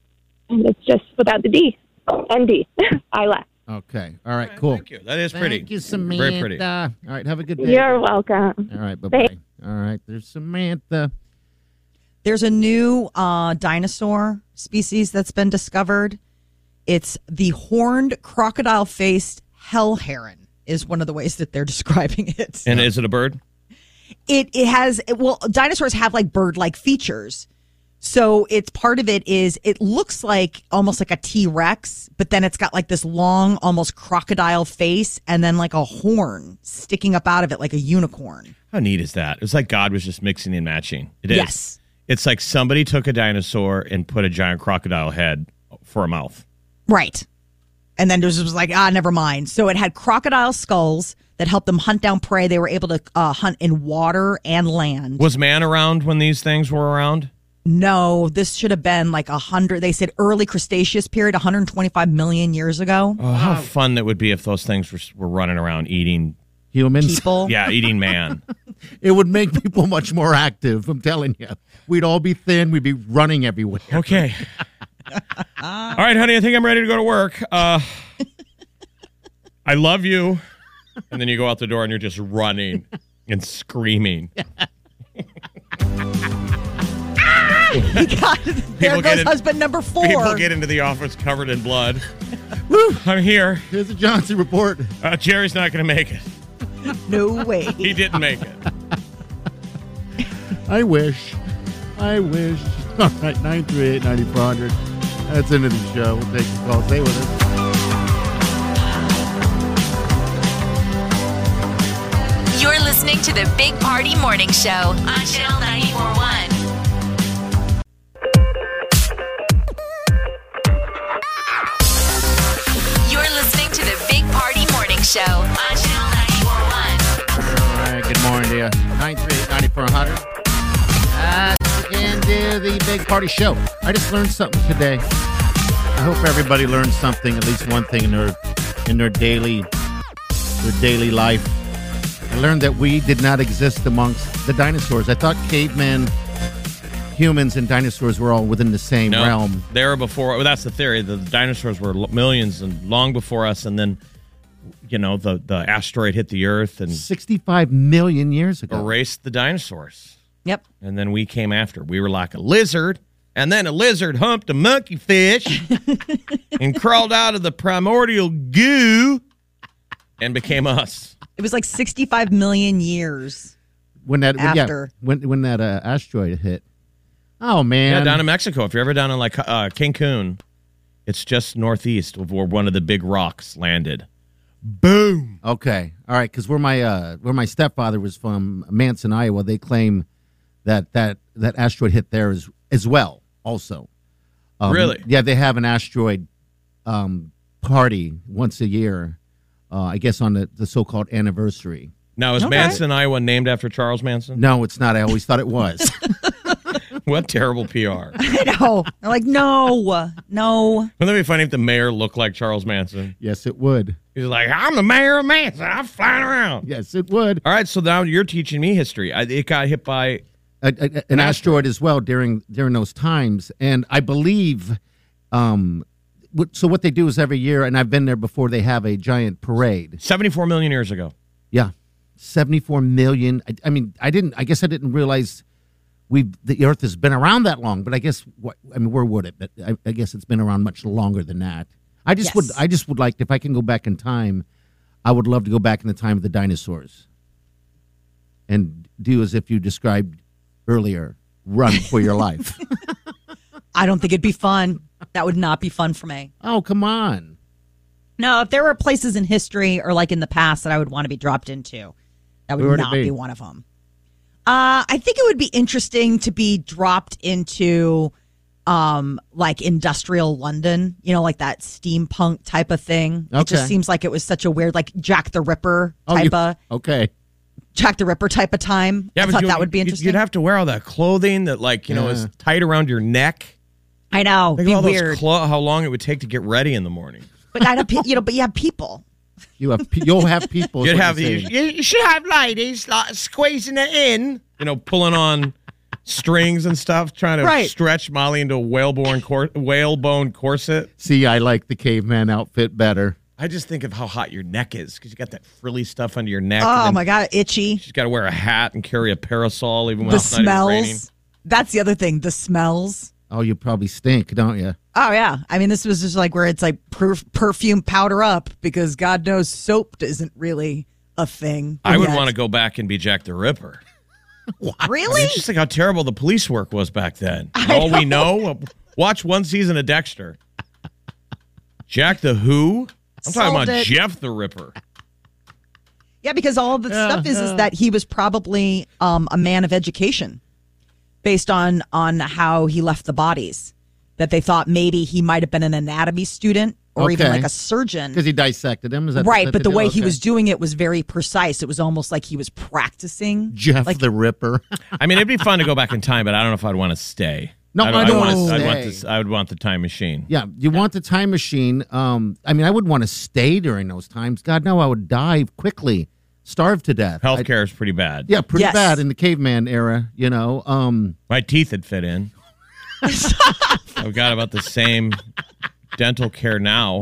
G: it's just without the D, [LAUGHS] MD. Isla.
B: Okay. All right. Cool.
C: Thank you. That is pretty.
B: Thank you, Samantha.
C: Very pretty.
B: All right. Have a good day.
G: You're welcome.
B: All right. Bye bye. All right. There's Samantha.
D: There's a new uh, dinosaur species that's been discovered. It's the horned crocodile-faced hell heron is one of the ways that they're [LAUGHS] describing it.
C: And is it a bird?
D: it it has it- well dinosaurs have like bird like features so it's part of it is it looks like almost like a t-rex but then it's got like this long almost crocodile face and then like a horn sticking up out of it like a unicorn
C: How neat is that? It's like God was just mixing and matching. It is.
D: Yes.
C: It's like somebody took a dinosaur and put a giant crocodile head for a mouth.
D: right and then it was like ah never mind so it had crocodile skulls that helped them hunt down prey they were able to uh, hunt in water and land
C: Was man around when these things were around?
D: no this should have been like a hundred they said early cretaceous period 125 million years ago
C: Oh, how fun that would be if those things were, were running around eating.
B: Humans.
D: people
C: Yeah, eating man.
B: [LAUGHS] It would make people much more active. I'm telling you. We'd all be thin. We'd be running everywhere.
C: [LAUGHS] okay. [LAUGHS] All right, honey, I think I'm ready to go to work. Uh, I love you. And then you go out the door and you're just running and screaming.
D: God, there
C: get
D: goes
C: in-
D: husband number four.
C: [LAUGHS] People get into the office covered in blood. Woo, I'm here.
B: Here's the Johnson report.
C: Uh, Jerry's not going to make it. [LAUGHS]
D: no way.
C: He didn't make it.
B: I wish. I wish. All right. 938 9400. That's into the show. We'll take the call. Stay with us.
A: You're listening to the Big Party Morning Show on Channel 941. You're listening to the Big Party Morning Show on Channel 941.
B: All right, good morning to you. 938-9400. That's into the Big Party Show. I just learned something today. I hope everybody learns something, at least one thing in their in their daily their daily life. I learned that we did not exist amongst the dinosaurs. I thought cavemen, humans, and dinosaurs were all within the same
C: No,
B: realm.
C: they were before. Well, that's the theory. The dinosaurs were l- millions and long before us, and then you know the the asteroid hit the Earth and
B: Sixty-five million years ago.
C: erased the dinosaurs,
D: Yep.
C: and then we came after. We were like a lizard, and then a lizard humped a monkey fish and crawled out of the primordial goo and became us.
D: It was like 65 million years. [LAUGHS]
B: When that when, yeah,
D: After.
B: when when that uh, asteroid hit. Oh man.
C: Yeah, down in Mexico. If you're ever down in like uh, Cancun, it's just northeast of where one of the big rocks landed. Boom.
B: Okay, all right, because where my uh, where my stepfather was from, Manson, Iowa, they claim that that that asteroid hit there as as well. Also, Um,
C: Really?
B: yeah, they have an asteroid um, party once a year, uh, I guess on the, the so called anniversary.
C: Now is
D: Okay.
C: Manson, Iowa, named after Charles Manson?
B: No, it's not. I always thought it
C: [LAUGHS]
B: was.
C: What terrible PR!
D: I know. They're like, no, no.
C: Wouldn't it be funny if the mayor looked like Charles Manson?
B: yes, it would.
C: He's like, I'm the mayor of Manson. I'm flying around.
B: Yes, it would.
C: All right, so now you're teaching me history. I, it got hit by.
B: a, a- a- an asteroid as well during during those times. And I believe, um, what, so what they do is every year, and I've been there before. They have a giant parade.
C: 74 million years ago.
B: Yeah, seventy four million. I, I mean, I didn't. I guess I didn't realize we have the Earth has been around that long. But I guess what I mean, where would it? But I, I guess it's been around much longer than that. I just would.
D: Yes.
B: I just would like if I can go back in time. I would love to go back in the time of the dinosaurs and do as if you described earlier. Run for your life.
D: I don't think it'd be fun. That would not be fun for me.
B: oh, come on.
D: No, if there were places in history or like in the past that I would want to be dropped into, that
B: Where
D: would
B: would it
D: not
B: be?
D: be one of them. Uh, I think it would be interesting to be dropped into um, like industrial London, you know, like that steampunk type of thing. It
B: Okay.
D: just seems like it was such a weird, like Jack the Ripper
B: Oh,
D: type
B: you-
D: of
B: okay.
D: Jack the Ripper type of time. I thought that would be interesting.
C: You'd have to wear all that clothing that, like, you know, is
B: Yeah.
C: tight around your neck.
D: I know,
C: Think
D: be
C: of all
D: weird,
C: those clo- how long it would take to get ready in the morning.
D: but I don't, you know, but you have people.
B: You have pe- you'll have people. is
C: [LAUGHS] You'd
B: what
C: have
B: you're
C: you,
B: saying.
C: you you should have ladies like squeezing it in, you know, pulling on strings and stuff, trying to
B: Right.
C: stretch Molly into a whalebone cor- whalebone corset.
B: See, I like the caveman outfit better.
C: I just think of how hot your neck is because you got that frilly stuff under your neck.
D: Oh
C: and then
D: my god, itchy.
C: She's got to wear a hat and carry a parasol even when
D: The
C: it's not even raining.
D: smells. That's the other thing. The smells.
B: Oh, you probably stink, don't you?
D: Oh yeah. I mean, this was just like where it's like perf- perfume powder up because God knows soap isn't really a thing.
C: I would
D: yet.
C: want to go back and be Jack the Ripper.
D: [LAUGHS] Really?
C: It's just like how terrible the police work was back then. All we know, watch one season of Dexter. Jack the Who. I'm talking
D: Sold
C: about
D: it.
C: Jeff the Ripper.
D: Yeah, because all the stuff is is that he was probably um, a man of education, based on on how he left the bodies. That they thought maybe he might have been an anatomy student or even
B: Okay.
D: like a surgeon.
B: Because he dissected him. Is that
D: right,
B: that
D: but
B: they
D: the
B: do?
D: way he
B: Okay.
D: was doing it was very precise. It was almost like he was practicing.
B: Jeff
D: like,
B: the Ripper. [LAUGHS]
C: I mean, it'd be fun to go back in time, but I don't know if I'd want to stay.
B: No, I don't
C: wanna-
B: wanna
C: I'd want
B: stay.
C: this. I would want the time machine.
B: yeah, you want the time machine. Um, I mean, I would want to stay during those times. God, no, I would die quickly, starve to death. I-
C: Healthcare is pretty bad.
B: yeah, pretty
D: Yes.
B: bad in the caveman era. You know, um,
C: My teeth had fit in. I've got about the same dental care now.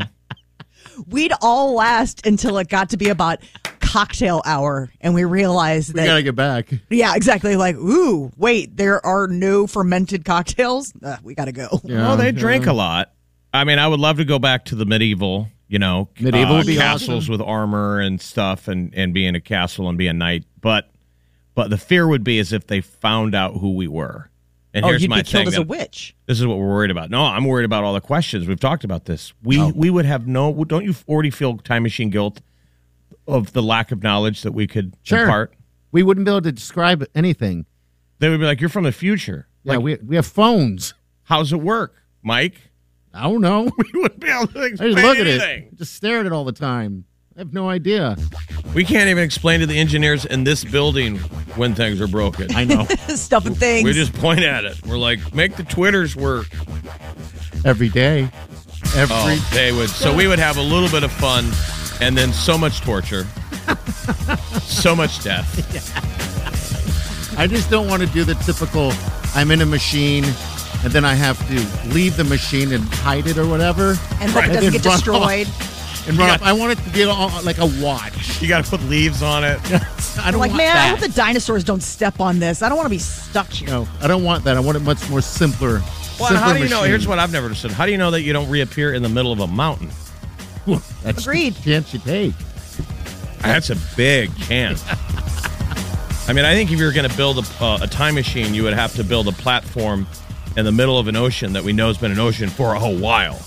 D: we'd all last until it got to be about cocktail hour, and we realized
B: we
D: that
B: gotta get back.
D: yeah, exactly. Like, ooh, wait, there are no fermented cocktails. Uh, we got to go.
C: Oh, they drank a lot. I mean, I would love to go back to the medieval, you know, uh,
B: Medieval would be
C: castles with armor and stuff, and and be in a castle and be a knight. But but the fear would be as if they found out who we were. And
D: oh,
C: here's
D: you'd be
C: my
D: killed
C: thing
D: as a
C: that-
D: witch. [LAUGHS]
C: This is what we're worried about. No, I'm worried about all the questions. We've talked about this. We we would have no. Don't you already feel time machine guilt of the lack of knowledge that we could
B: Sure.
C: impart?
B: We wouldn't be able to describe anything.
C: They would be like, "You're from the future.
B: Yeah, we we have phones.
C: How's it work, Mike?" [LAUGHS]
B: I don't [LAUGHS] know.
C: We wouldn't be able to
B: I
C: explain
B: just look at
C: anything.
B: it, just stare at it all the time. I have no idea.
C: We can't even explain to the engineers in this building when things are broken.
B: I know
D: Stuff and things.
C: We just point at it. We're like, "Make the twitters work."
B: every day, every
C: Oh, they would. So we would have a little bit of fun, and then so much torture,
B: [LAUGHS]
C: so much death.
B: I just don't want to do the typical I'm in a machine and then I have to leave the machine and hide it or whatever.
D: and hope it doesn't
B: then
D: get
B: run off
D: destroyed.
B: and run
C: Yeah.
B: off. I want it to be all, like a watch.
C: You got to put leaves on it.
B: I don't
D: Like,
B: want
D: man, I
B: that.
D: hope the dinosaurs don't step on this. I don't want to be stuck here.
B: no, I don't want that. I want it much more simpler.
C: Well,
B: simpler
C: how do you know?
B: machine.
C: Here's what I've never understood. How do you know that you don't reappear in the middle of a mountain?
B: That's the
D: Agreed.
B: chance you take.
C: That's a big chance. I mean, I think if you're going to build a, uh, a time machine, you would have to build a platform in the middle of an ocean that we know has been an ocean for a
D: [LAUGHS]
C: whole while,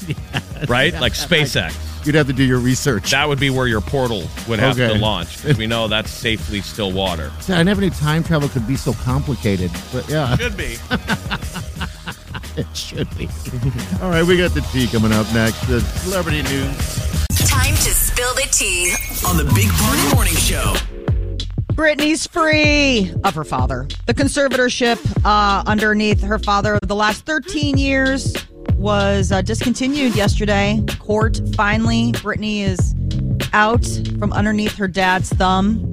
C: right? Like SpaceX.
B: You'd have to do your research.
C: That would be where your portal would have to
B: Okay.
C: launch because we know that's safely still water.
B: See, I never knew time travel could be so complicated, but yeah, [LAUGHS]
C: Should be.
B: it should be. all right, we got the tea coming up next. The celebrity news.
A: Time to spill the tea.
E: on the Big Party Morning Show.
D: Britney's free of her father. The conservatorship uh, underneath her father the last 13 years was uh, discontinued yesterday. Court finally, Britney is out from underneath her dad's thumb.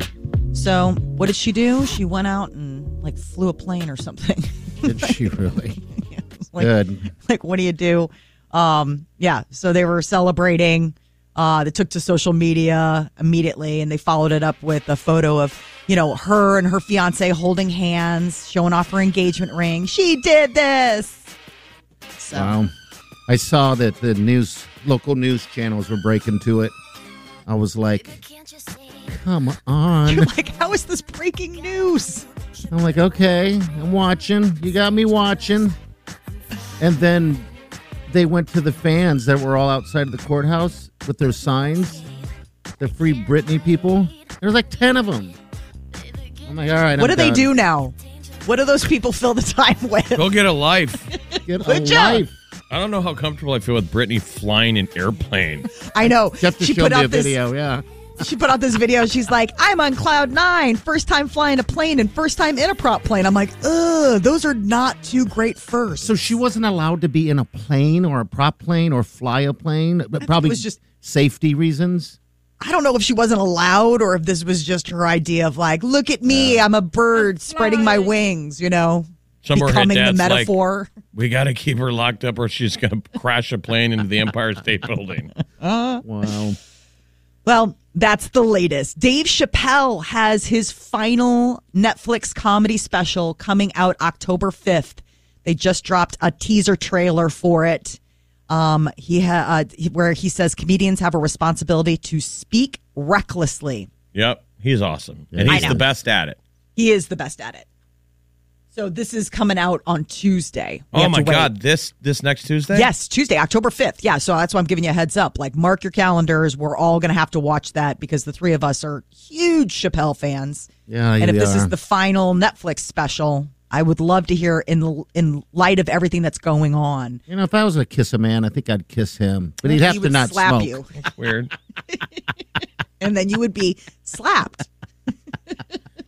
D: So, what did she do? She went out and like flew a plane or something.
B: [LAUGHS]
D: [LAUGHS]
B: Did
H: [LAUGHS]
B: she really?
D: like,
B: Good.
D: [LAUGHS] like what do you do um yeah so they were celebrating uh they took to social media immediately and they followed it up with a photo of you know her and her fiance holding hands showing off her engagement ring she did this so [LAUGHS]
B: Wow. I saw that the news, local news channels were breaking to it. I was like, come on.
D: [LAUGHS] like how is this breaking news
B: I'm like, okay, I'm watching. You got me watching. And then they went to the fans that were all outside the courthouse with their signs, the free Britney people. There's like 10 of them. I'm like, all right.
D: what do
B: I'm
D: they
B: done.
D: do now what do those people fill the [LAUGHS] time with
C: Go get a life.
B: Get a
D: Good job.
B: life.
C: [LAUGHS] I don't know how comfortable I feel with Brittany flying an airplane.
D: i know
B: You have to
D: she
B: show
D: put
B: me a
D: out this
B: video. Yeah.
D: she put out this video. She's like, I'm on cloud nine, first time flying a plane and first time in a prop plane. I'm like, ugh, those are not too great first.
B: So she wasn't allowed to be in a plane or a prop plane or fly a plane, but probably
D: was just-
B: safety reasons.
D: I don't know if she wasn't allowed or if this was just her idea of like, look at me, I'm a bird spreading my wings, you know,
C: Somewhere her
D: becoming the
C: dad's like,
D: metaphor.
C: we got to keep her locked up or she's going to [LAUGHS] crash a plane into the Empire
D: [LAUGHS]
C: State Building.
B: Wow.
D: Well, that's the latest. Dave Chappelle has his final Netflix comedy special coming out October 5th. They just dropped a teaser trailer for it. Um, he ha- uh, he- where he says comedians have a responsibility to speak recklessly.
C: Yep. He's awesome. And he's
D: I know.
C: the best at it.
D: He is the best at it. So this is coming out on Tuesday. We
C: oh
D: have to
C: my
D: wait.
C: God. This this next Tuesday?
D: Yes, Tuesday, October 5th. Yeah, so that's why I'm giving you a heads up. Like, mark your calendars. We're all going to have to watch that because the three of us are huge Chappelle fans.
B: Yeah,
D: And if
B: you
D: this is
B: are.
D: the final Netflix special, I would love to hear in in light of everything that's going on.
B: You know, if I was gonna kiss a man, I think I'd kiss him, but he'd have
D: he
B: to
D: would
B: not
D: slap
B: smoke.
D: you,
C: Weird.
D: and then you would be slapped.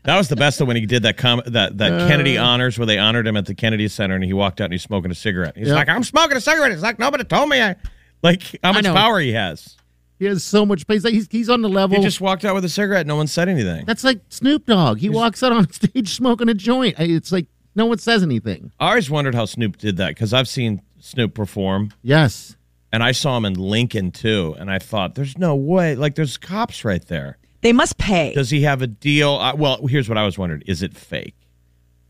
C: That was the best though when he did that com- that that Kennedy honors where they honored him at the Kennedy Center and he walked out and he's smoking a cigarette. He's
B: Yeah.
C: like, I'm smoking a cigarette. It's like nobody told me I like how much
B: know.
C: power he has.
B: He has so much pace. He's, he's on the level.
C: He just walked out with a cigarette. No one said anything.
B: That's like Snoop Dogg. He walks out on [LAUGHS] stage smoking a joint. I- It's like no one says anything.
C: I always wondered how Snoop did that because I've seen Snoop perform
B: Yes.
C: and I saw him in Lincoln too, and I thought, there's no way. Like, there's cops right there.
D: They must pay.
C: Does he have a deal? I, well, here's what I was wondering: Is it fake?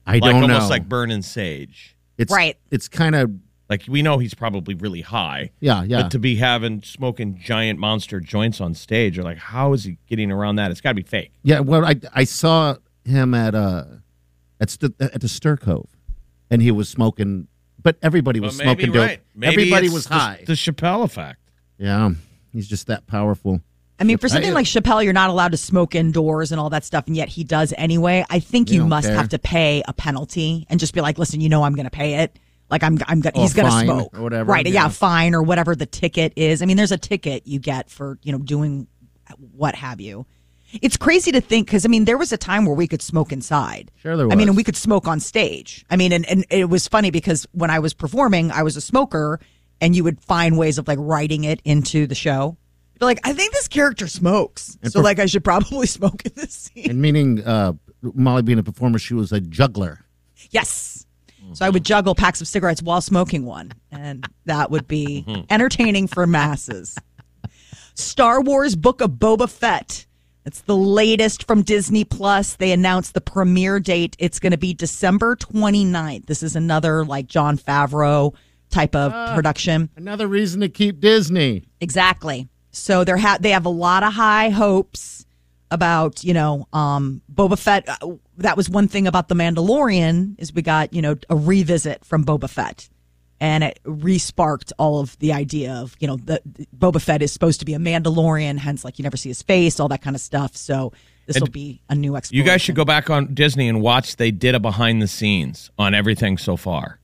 B: I
C: like
B: don't
C: almost
B: know.
C: like burning sage.
B: it's,
D: Right.
B: It's kind of
C: Like we know he's probably really high.
B: yeah, yeah.
C: But to be having smoking giant monster joints on stage, you're like, how is he getting around that? It's got to be fake.
B: Yeah, well, I I saw him at uh at st- at the Stir Cove, and he was smoking, but everybody was smoking dope. everybody was high.
C: The, Chappelle effect.
B: yeah, he's just that powerful.
D: I mean, for something
B: I-
D: like Chappelle, you're not allowed to smoke indoors and all that stuff, and yet he does anyway. I think you
B: don't
D: must
B: care.
D: have to pay a penalty and just be like, "Listen, you know, I'm going to pay it. Like, I'm, I'm going,
B: Or
D: he's going to
B: fine
D: smoke,
B: or whatever,
D: right? Yeah.
B: yeah.
D: fine or whatever the ticket is. I mean, there's a ticket you get for you know doing what have you. It's crazy to think because I mean, there was a time where we could smoke inside.
B: Sure there
D: I mean,
B: was.
D: and we could smoke on stage. I mean, and, and it was funny because when I was performing, I was a smoker, and you would find ways of like writing it into the show. But like, I think this character smokes, so like I should probably [LAUGHS] smoke in this scene.
B: And meaning uh Molly being a performer, she was a juggler.
D: Yes. So I would juggle packs of cigarettes while smoking one, and that would be entertaining for masses. Star Wars Book of Boba Fett. It's the latest from Disney Plus. They announced the premiere date. It's going to be December 29th. This is another like John Favreau type of production.
B: Another reason to keep Disney.
D: Exactly. So they're ha- they have a lot of high hopes about you know um, Boba Fett. Uh, That was one thing about the Mandalorian is we got you know a revisit from Boba Fett, and it re-sparked all of the idea of you know the, Boba Fett is supposed to be a Mandalorian, hence like you never see his face, all that kind of stuff. So this will be a new
C: You
D: exploration.
C: guys should go back on Disney and watch. They did a behind the scenes on everything so far.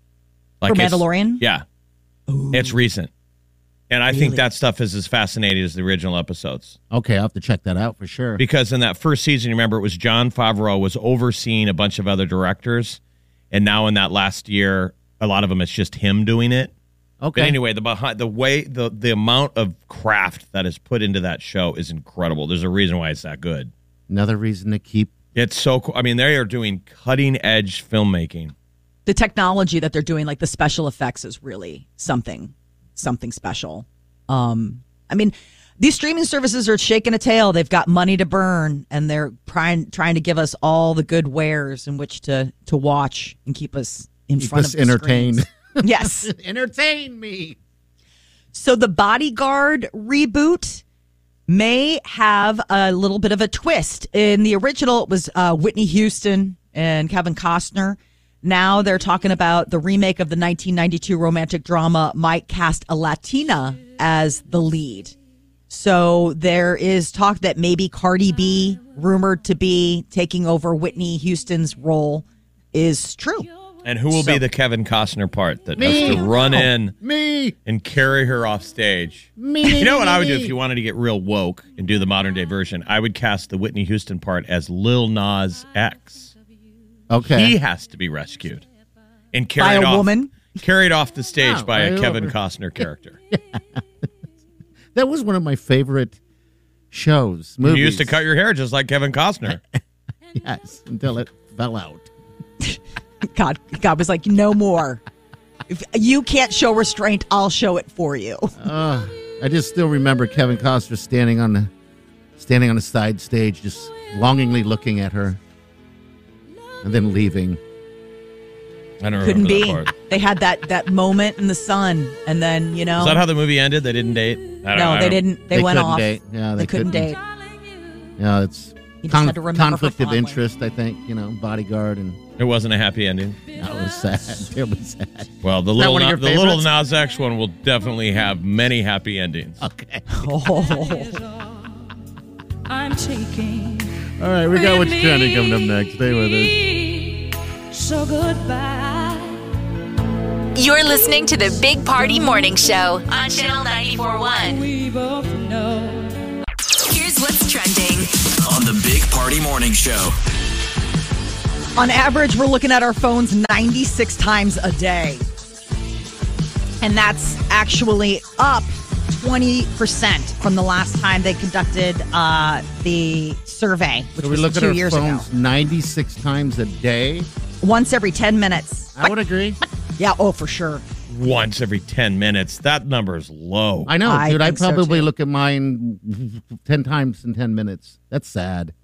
D: For
C: it's-
D: Mandalorian?
C: Yeah. It's recent. And I think that stuff is as fascinating as the original episodes.
B: Okay, I'll have to check that out for sure.
C: because in that first season, you remember it was John Favreau was overseeing a bunch of other directors, and now in that last year, a lot of them it's just him doing it.
B: Okay.
C: But anyway, the behind the way the the amount of craft that is put into that show is incredible. There's a reason why it's that good.
B: Another reason to keep
C: It's so cool. I mean, they are doing cutting edge filmmaking.
D: the technology that they're doing, like the special effects, is really something, something special. Um, I mean, these streaming services are shaking a tail. They've got money to burn, and they're trying trying to give us all the good wares in which to to watch and keep us in
B: keep
D: front
B: us
D: of the screens.
B: entertained. [LAUGHS]
D: [LAUGHS] yes.
B: Entertain me.
D: So the Bodyguard reboot may have a little bit of a twist. In the original, it was uh, Whitney Houston and Kevin Costner. Now they're talking about the remake of the 1992 romantic drama might cast a Latina as the lead. So there is talk that maybe Cardi B, rumored to be taking over Whitney Houston's role, is true.
C: And who will be the Kevin Costner part that has to run in
B: Me.
C: and carry her off stage?
B: Me.
C: You know what I would do if
B: me.
C: you wanted to get real woke and do the modern day version? I would cast the Whitney Houston part as Lil Nas X.
B: Okay.
C: He has to be rescued and
D: By
C: carried
D: a
C: off,
D: woman?
C: carried off the
B: [LAUGHS]
C: stage
B: Yeah,
C: by a
B: by [LAUGHS]
C: Kevin
B: whoever.
C: Costner character.
B: That was one of my favorite shows,
C: You
B: movies.
C: used to cut your hair just like
B: [LAUGHS]
C: Kevin Costner.
B: yes until it fell out.
D: God, God was like, no more. If you can't show restraint, I'll show it for you.
B: I just still remember Kevin Costner standing on the standing on the side stage, just longingly looking at her, and then leaving.
C: I don't
D: Couldn't
C: remember that
D: be.
C: part.
D: They had that that moment in the sun, and then you know,
C: Is that how the movie ended? They didn't date. I don't,
D: no,
C: I
D: they
C: don't-
D: didn't. They, went
B: couldn't
D: off.
B: Date. Yeah,
D: they,
B: they,
D: couldn't, date.
B: Yeah, it's
D: You just
B: con-
D: had to remember
B: conflict
D: for
B: of
D: fondly.
B: interest. I think you know, bodyguard, and
C: It wasn't a happy ending.
B: that was sad. [LAUGHS] It was sad.
C: Well, the
B: that
C: little
B: one of
C: Na-
B: your
C: the little
B: favorites?
C: Nas X one will definitely have many happy endings.
B: Okay.
D: Oh.
I: I'm taking.
B: All right, we got what's trending coming up next. Stay with us.
I: us. So goodbye.
A: You're listening to the Big Party Morning Show on Channel 941.
I: We both know.
A: Here's what's trending.
E: on the Big Party Morning Show.
D: [LAUGHS] On average, we're looking at our phones 96 times a day. And that's actually up 20% from the last time they conducted uh, the survey, which
B: So we
D: was
B: look at
D: two
B: our
D: years
B: phones
D: ago.
B: 96 times a day.
D: Once every 10 minutes.
B: I would agree.
D: Yeah, oh, for sure.
C: Once every ten minutes, that number is low.
B: I know,
D: I
B: dude. I
D: think so,
B: probably
D: too.
B: look at mine 10 times in 10 minutes. That's sad.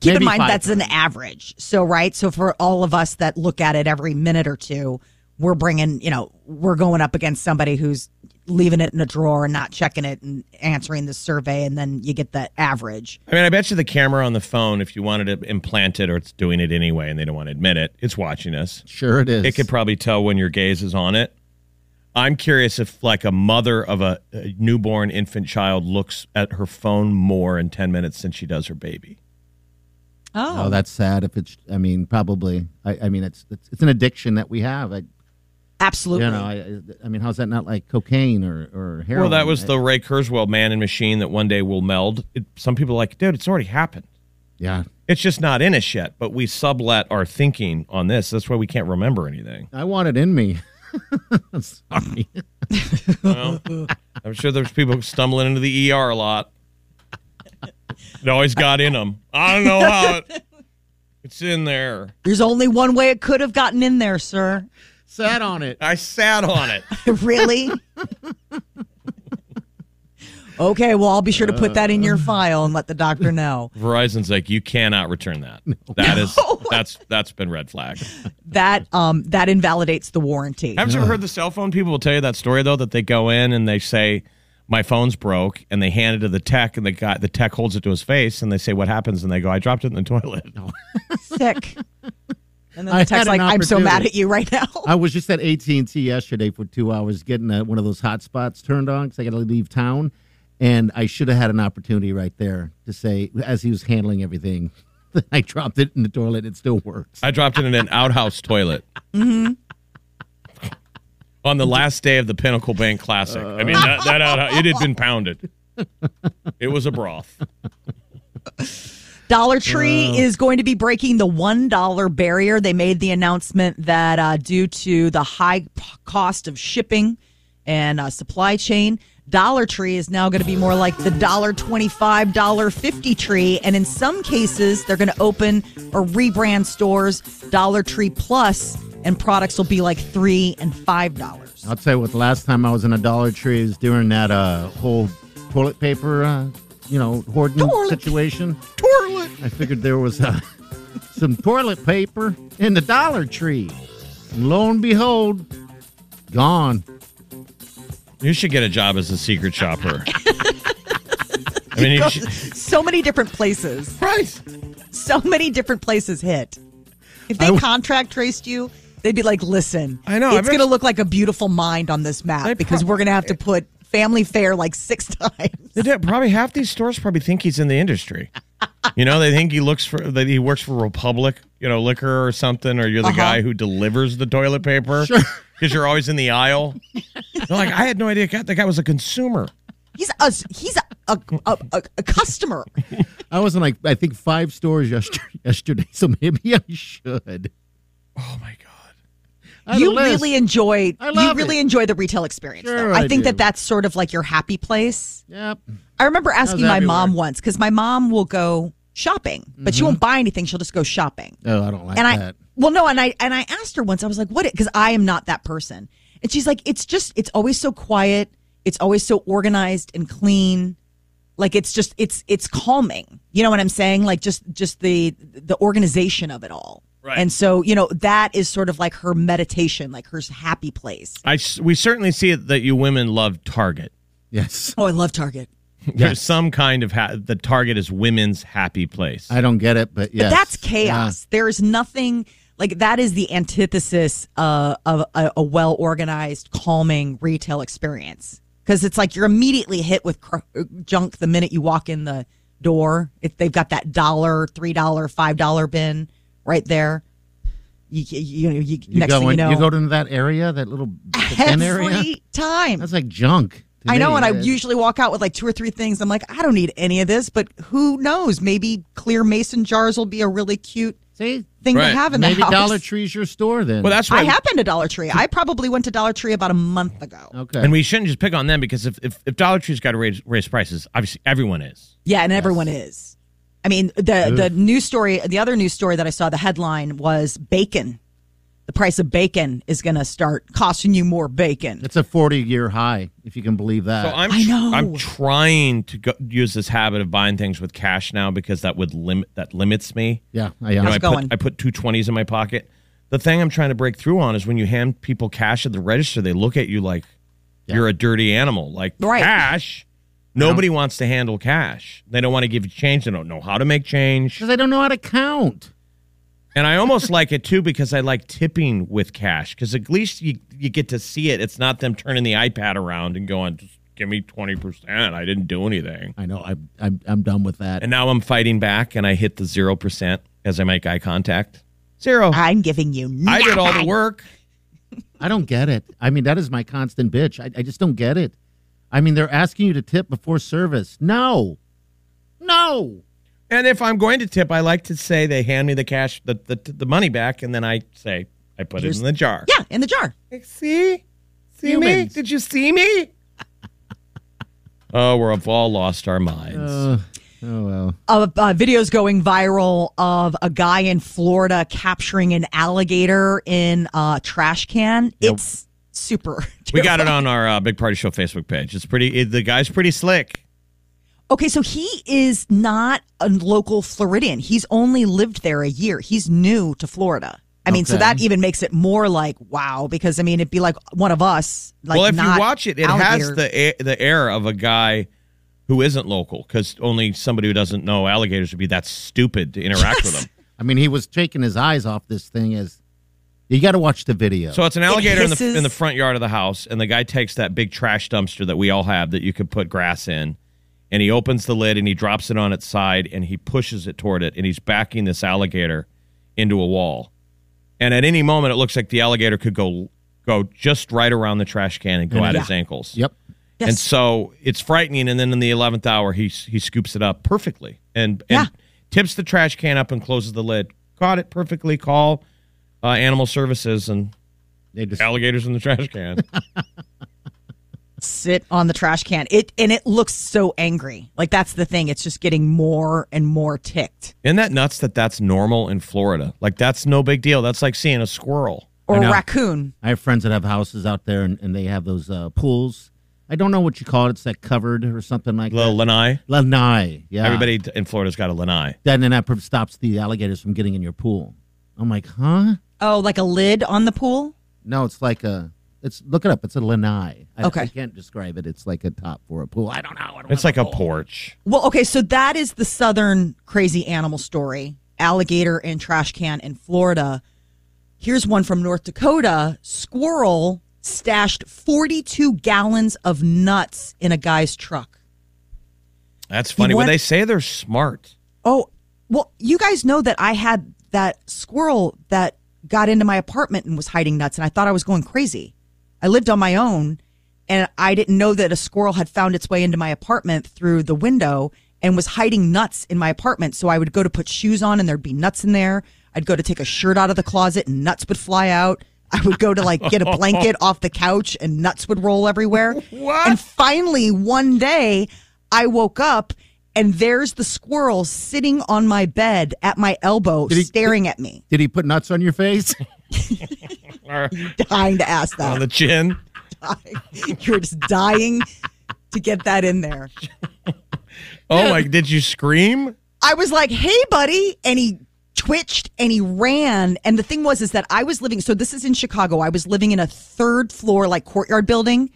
D: Keep
B: Maybe
D: in mind,
B: five
D: that's an
B: times.
D: average. So, right? So, for all of us that look at it every minute or two, we're bringing, you know, we're going up against somebody who's leaving it in a drawer and not checking it and answering the survey. And then you get the average.
C: I mean, I bet you the camera on the phone, if you wanted to implant it or it's doing it anyway and they don't want to admit it, it's watching us.
B: Sure, it is.
C: It could probably tell when your gaze is on it. I'm curious if, like, a mother of a, a newborn infant child looks at her phone more in 10 minutes than she does her baby.
B: Oh, that's sad. If it's, I mean, probably. I, I mean, it's, it's it's an addiction that we have. I, you
D: Absolutely.
B: know, I, I mean, how's that not like cocaine or or heroin?
C: Well, that was
B: I-
C: the Ray Kurzweil man and machine that one day will meld. It, some people are like, dude, it's already happened.
B: yeah.
C: It's just not in us yet, but we sublet our thinking on this. That's why we can't remember anything.
B: I want it in me. [LAUGHS] I'm sorry.
C: Well, I'm sure there's people stumbling into the ER a lot. It always got in them. I don't know how it, it's in there.
D: There's only one way it could have gotten in there, sir. [LAUGHS]
B: Sat on it.
C: I sat on it.
D: really? okay, well, I'll be sure to put that in your file and let the doctor know.
C: Verizon's like, you cannot return that. That is that's that's been red flag.
D: That um that invalidates the warranty.
C: Haven't you ever heard the cell phone people will tell you that story though that they go in and they say my phone's broke and they hand it to the tech and the guy the tech holds it to his face and they say what happens and they go I dropped it in the toilet.
D: Sick. And then
B: I
D: the
B: had
D: text
B: an
D: like, I'm so mad
B: opportunity.
D: at you right now.
B: I was just at AT and T yesterday for two hours getting uh one of those hotspots turned on because I got to leave town, and I should have had an opportunity right there to say as he was handling everything, [LAUGHS] I dropped it in the toilet. It still works.
C: I dropped it in an outhouse toilet. On the last day of the Pinnacle Bank Classic. I mean that, that outhouse it had been pounded. It was a broth.
D: Dollar Tree is going to be breaking the $1 barrier. They made the announcement that uh, due to the high p- cost of shipping and uh, supply chain, Dollar Tree is now going to be more like the $1.25, $1.50 tree. And in some cases, they're going to open or rebrand stores Dollar Tree Plus, and products will be like 3 and $5.
B: I'll tell you what. The last time I was in a Dollar Tree is during that uh, whole toilet paper, uh, you know, hoarding
D: Toilet.
B: situation. Toilet. I figured there was uh, [LAUGHS] some toilet paper in the Dollar Tree. And lo and behold, gone.
C: You should get a job as a secret shopper. I mean, you should,
D: So many different places.
B: Price.
D: so many different places hit. If they
B: I w-
D: contract traced you, they'd be like, "Listen,
C: I know, I've
D: it's going to
C: actu-
D: look like a beautiful mind on this map
C: They
D: because
C: prob-
D: we're going to have to put Family Fair like six [LAUGHS] times."
C: They do. Probably half these stores probably think he's in the industry. You know, they think he looks for that he works for Republic, you know, liquor or something, or you're the guy who delivers the toilet paper because you're always in the aisle. They're like, I had no idea God, that guy was a consumer.
D: He's a he's a a, a, a, a customer.
B: [LAUGHS] I was in like I think five [LAUGHS] stores yesterday, yesterday so maybe I should.
C: Oh my god!
B: I had a
D: you
B: list.
D: really enjoy
B: I
D: you
B: love
D: really
B: it.
D: enjoy the retail experience.
B: Sure
D: though. I,
B: I
D: think
B: do.
D: that that's sort of like your happy place.
B: Yep.
D: I remember asking my
B: everywhere. Mm-hmm.
D: mom once because my mom will go shopping, but she won't buy anything. She'll just go shopping.
B: No, Oh, I don't like
D: and I
B: that.
D: well no, and I and I asked her once. I was like, "What?" Because I am not that person. And she's like, "It's just it's always so quiet. It's always so organized and clean. Like it's just it's it's calming. You know what I'm saying? Like just just the the organization of it all. Right. And so you know that is sort of like her meditation, like her happy place.
C: I s- we certainly see it that you women love Target. [LAUGHS]
B: yes.
D: Oh, I love Target.
C: There's some kind of ha- the Target is women's happy place.
B: I don't get it, but yes.
D: But that's chaos. There is nothing like that is the antithesis uh, of a, a well organized, calming retail experience because it's like you're immediately hit with cr- junk the minute you walk in the door. If they've got that dollar, three dollar, five dollar bin right there, you you, you, you,
B: You
D: next
B: go,
D: thing you
B: in-
D: know,
B: go to that area, that
D: [LAUGHS]
B: little bin area.
D: every time.
B: That's like junk. to
D: I know,
B: me.
D: and I
B: It-
D: usually walk out with like two or three things. I'm like, I don't need any of this, but who knows? Maybe clear mason jars will be a really cute
B: see
D: thing
C: Right.
D: to have in
B: maybe
D: the house.
B: Dollar Tree's your store then.
C: well, that's why
D: I have been to Dollar Tree. I probably went to Dollar Tree about a month ago.
B: okay.
C: And we shouldn't just pick on them because if, if, if Dollar Tree's got to raise, raise prices, obviously everyone is.
D: Yeah, and everyone is. I mean, the the news story, the other news story that I saw, the headline was bacon. The price of bacon is going to start costing you more bacon.
B: it's a forty-year high, if you can believe that.
C: So I'm
D: I know.
C: am trying to go, use this habit of buying things with cash now because that would limit that limits me.
B: yeah, I am.
C: You know, I
D: it going?
C: put I put two twenties in my pocket. The thing I'm trying to break through on is when you hand people cash at the register, they look at you like you're a dirty animal. Like
D: Right.
C: cash, nobody wants to handle cash. They don't want to give you change. They don't know how to make change.
B: because I don't know how to count.
C: And I almost like it too because I like tipping with cash because at least you, you get to see it. It's not them turning the iPad around and going, just give me 20%. I didn't do anything.
B: I know. I'm I'm, I'm done with that.
C: And now I'm fighting back and I hit the 0% as I make eye contact. Zero. Oh. I,
D: I'm giving you.
C: did all the
D: nothing.
C: work.
B: I don't get it. I mean, that is my constant bitch. I, I just don't get it. I mean, they're asking you to tip before service. No, no.
C: And if I'm going to tip, I like to say they hand me the cash, the, the, the money back, and then I say, I put it in the jar.
D: Yeah, in the jar.
C: Like, see? See
B: Humans.
C: me? Did you see me? oh, we have all lost our minds.
B: Oh well.
D: of uh, videos going viral of a guy in Florida capturing an alligator in a trash can. It's super.
C: We got it on our uh, Big Party Show Facebook page. It's pretty. It, the guy's pretty slick.
D: Okay, so he is not a local Floridian. He's only lived there a year. He's new to Florida. I mean, so
B: Okay.
D: that even makes it more like wow, because I mean, it'd be like one of us. Like,
C: well, if
D: not
C: you watch it, it
D: alligator.
C: has the air, the air of a guy who isn't local because only somebody who doesn't know alligators would be that stupid to
D: [LAUGHS]
C: interact with them.
B: I mean, he was taking his eyes off this thing. As you got to watch the video.
C: So it's an alligator in the
D: hisses.
C: in the front yard of the house, and the guy takes that big trash dumpster that we all have that you could put grass in, and he opens the lid and he drops it on its side and he pushes it toward it, and he's backing this alligator into a wall, and at any moment it looks like the alligator could go go just right around the trash can and go at his ankles.
B: yep.
D: Yes.
C: And so it's frightening. And then in the eleventh hour, he he scoops it up perfectly and, and
D: Yeah.
C: tips the trash can up and closes the lid. Caught it perfectly. Call uh, animal services and
B: They just
C: alligators in the trash can. [LAUGHS]
D: sit on the trash can. It and it looks so angry. Like that's the thing. It's just getting more and more ticked.
C: Isn't that nuts that that's normal in Florida? Like that's no big deal. That's like seeing a squirrel
D: Or
C: know.
D: raccoon.
B: I have friends that have houses out there, and, and they have those uh, pools. I don't know what you call it. It's that covered or something like
C: Little lanai.
B: that. Lanai. Yeah.
C: Everybody in Florida's got a lanai.
B: Then and that pr- stops the alligators from getting in your pool. I'm like, huh?
D: Oh, like a lid on the pool.
B: No, it's like a. It's look it up. It's a lanai. I,
D: Okay.
B: I can't describe it. It's like a top for a pool. I don't know. I don't
C: It's
B: have
C: like a porch.
D: Well, okay, so that is the southern crazy animal story alligator and trash can in Florida. Here's one from North Dakota squirrel stashed 42 gallons of nuts in a guy's truck.
C: That's funny.
D: want-
C: When they say they're smart,
D: Oh, well, you guys know that I had that squirrel that got into my apartment and was hiding nuts, and I thought I was going crazy. I lived on my own, and I didn't know that a squirrel had found its way into my apartment through the window and was hiding nuts in my apartment. So I would go to put shoes on, and there'd be nuts in there. I'd go to take a shirt out of the closet, and nuts would fly out. I would go to like get a blanket off the couch and nuts would roll everywhere.
C: What?
D: And finally, one day, I woke up and there's the squirrel sitting on my bed at my elbow,
B: he-
D: staring at me.
B: Did he put nuts on your face? [LAUGHS]
C: Or
D: Dying to ask
C: on
D: that.
C: the chin.
D: You're just dying to get that in there.
C: Oh, like did you scream?
D: I was like, "Hey, buddy," and he twitched and he ran. And the thing was, is that I was living. So this is in Chicago. I was living in a third floor, like courtyard building,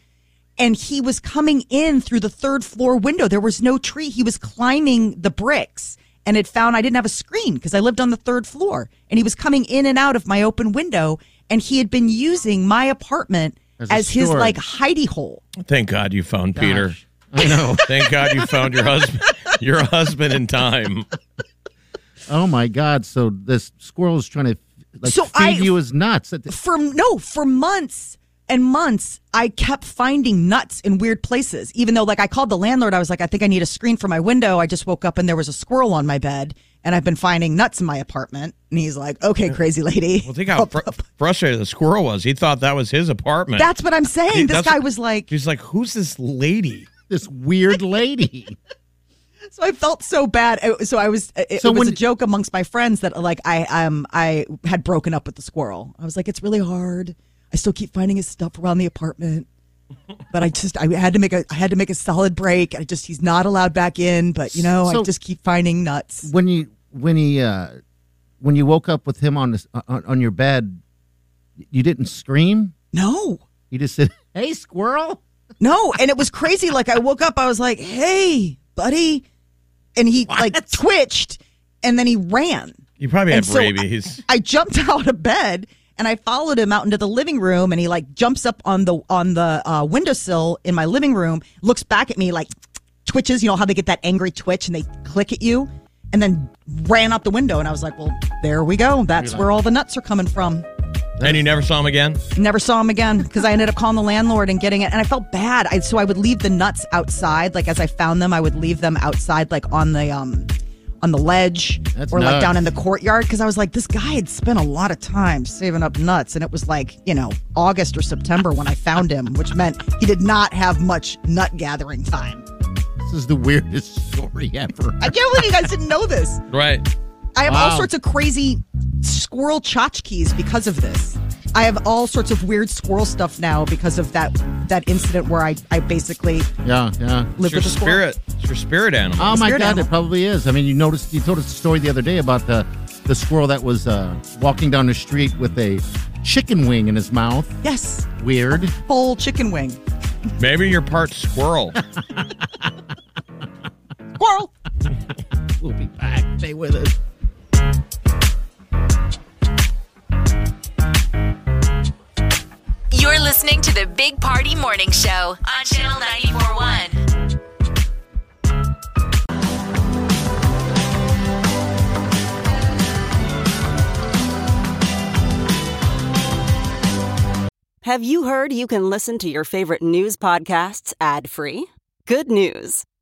D: and he was coming in through the third floor window. There was no tree. He was climbing the bricks and had found I didn't have a screen because I lived on the third floor, and he was coming in and out of my open window, and he had been using my apartment
B: As
D: as,
B: a
D: his
B: storage.
D: like hidey hole.
C: Thank God you found Peter.
B: I know.
C: [LAUGHS] Thank God you found your husband your husband in time.
B: Oh my God! So this squirrel is trying to like
D: So
B: feed
D: I-
B: you as nuts. That-
D: for no for months and months i kept finding nuts in weird places even though like i called the landlord i was like i think i need a screen for my window i just woke up and there was a squirrel on my bed and i've been finding nuts in my apartment and he's like okay crazy lady
C: Well, think how fr- frustrated the squirrel was. He thought that was his apartment.
D: oh, that's what i'm saying
C: He-
D: this
C: that's-
D: guy was like
C: He's like, who's this lady?
B: This
D: [LAUGHS]
B: weird lady.
D: so i felt so bad I- so i was it,
B: So
D: it was
B: when-
D: a joke amongst my friends that like i um i had broken up with the squirrel i was like it's really hard i still keep finding his stuff around the apartment but I just I had to make a I had to make a solid break. I just he's not allowed back in, but you know,
B: So-
D: I just keep finding nuts.
B: when you when he uh, when you woke up with him on this on, on your bed, you didn't scream.
D: No.
B: You just said, "Hey, squirrel!"
D: No, and it was crazy like I woke up I was like, "Hey, buddy." And he like twitched and then he ran.
C: You probably
D: And
C: have
D: so I-
C: rabies.
D: [LAUGHS] I jumped out of bed and I followed him out into the living room and he like jumps up on the on the uh, windowsill in my living room, looks back at me like twitches, you know how they get that angry twitch and they click at you and then ran out the window and I was like, "Well, there we go. That's where all the nuts are coming from."
C: and you never saw him again?
D: Never saw him again because I ended up calling the landlord and getting it and I felt bad. I so I would leave the nuts outside like as I found them, I would leave them outside like on the um on the ledge
B: That's
D: or like
B: nuts.
D: down in the courtyard because I was like, this guy had spent a lot of time saving up nuts. And it was like, you know, August or September when I found him, which meant he did not have much nut gathering time.
B: This is the weirdest story
D: [LAUGHS]
B: ever.
D: I can't believe you guys didn't know this.
C: Right.
D: I have
B: Wow.
D: all sorts of crazy squirrel tchotchkes because of this. I have all sorts of weird squirrel stuff now because of that that incident where I, I basically
B: Yeah, yeah.
D: lived
C: It's your
D: with a squirrel.
C: spirit. It's your spirit animal.
B: Oh my
D: Spirit
B: God!
D: animal.
B: It probably is. I mean, you noticed you told us a story the other day about the the squirrel that was uh, walking down the street with a chicken wing in his mouth.
D: Yes.
B: Weird.
D: Full chicken wing.
C: Maybe you're
D: [LAUGHS]
C: part squirrel.
D: Squirrel.
B: We'll be back. Stay with us.
A: You're listening to the Big Party Morning Show on Channel 941.
J: Have you heard you can listen to your favorite news podcasts ad free? Good news!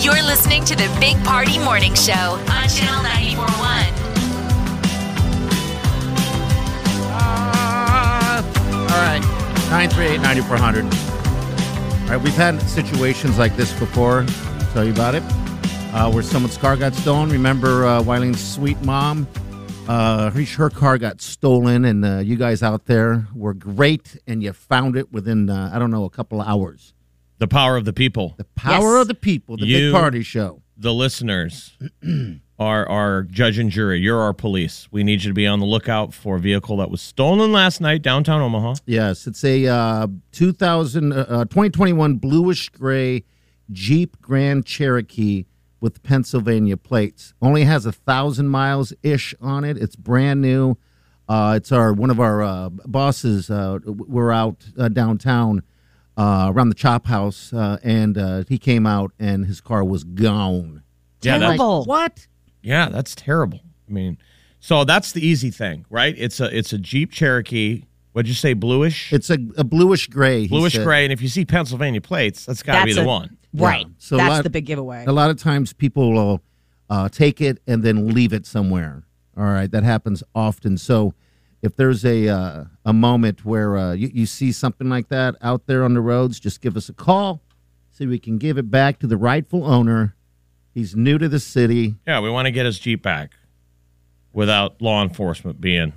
A: You're listening to the Big Party Morning Show on Channel 941.
B: Uh, all right. 938 9400. All right, we've had situations like this before. Tell you about it. Uh, where someone's car got stolen. Remember uh, Wylene's sweet mom? Uh, her, her car got stolen, and uh, you guys out there were great, and you found it within, uh, I don't know, a couple of hours.
C: The power of the people. The
B: Power of the people, the big party show.
D: [CLEARS THROAT]
C: The listeners are our judge and jury. You're our police. We need you to be on the lookout for a vehicle that was stolen last night downtown Omaha.
B: Yes, it's a uh, 2000, uh, uh, 2021 bluish gray Jeep Grand Cherokee with Pennsylvania plates. Only has a thousand miles ish on it. It's brand new. Uh, it's our one of our uh, bosses. Uh, w- we're out uh, downtown uh, around the Chop House, uh, and uh, he came out, and his car was gone.
C: Yeah, that- Terrible.
B: what?
C: Yeah, that's terrible. I mean, so that's the easy thing, right? It's a it's a Jeep Cherokee. What'd you say, bluish?
B: It's a, a bluish gray. he
C: Bluish
B: said.
C: gray, and if you see Pennsylvania plates, that's got to be
D: That's a-
C: the one.
D: Right.
B: Yeah. So a
D: That's
B: lot-
D: the big giveaway.
B: A lot of times people will uh, take it and then leave it somewhere. All right, that happens often. So if there's a uh, a moment where uh, you, you see something like that out there on the roads, just give us a call so we can give it back to the rightful owner. He's new to the city.
C: Yeah, we want to get his Jeep back without law enforcement being.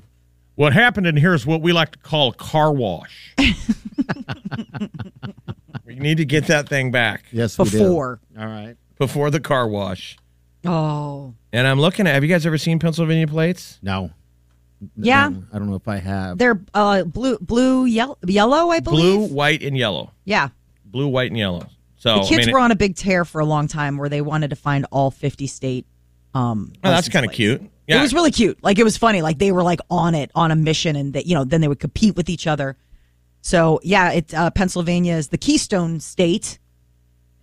C: What happened in here is what we like to call a
D: [LAUGHS]
C: car wash. we need to get that thing back
B: Yes, we do.
D: Before.
B: All right.
C: before the car wash.
D: Oh.
C: And I'm looking at. Have you guys ever seen Pennsylvania plates?
B: No.
D: Yeah.
B: No, I don't know if I have.
D: They're uh, blue, blue, yellow, yellow I believe.
C: Blue, white, and yellow.
D: Yeah.
C: Blue, white, and yellow. So
D: the
C: Oh, I
D: kids
C: mean,
D: were on a big tear for a long time where they wanted to find all 50 state. Um,
C: oh, that's
D: license
C: kind of
D: plates.
C: cute. Yeah,
D: It was really cute. Like it was funny. Like they were like on it on a mission, and that you know then they would compete with each other. So yeah, it uh, Pennsylvania is the Keystone State,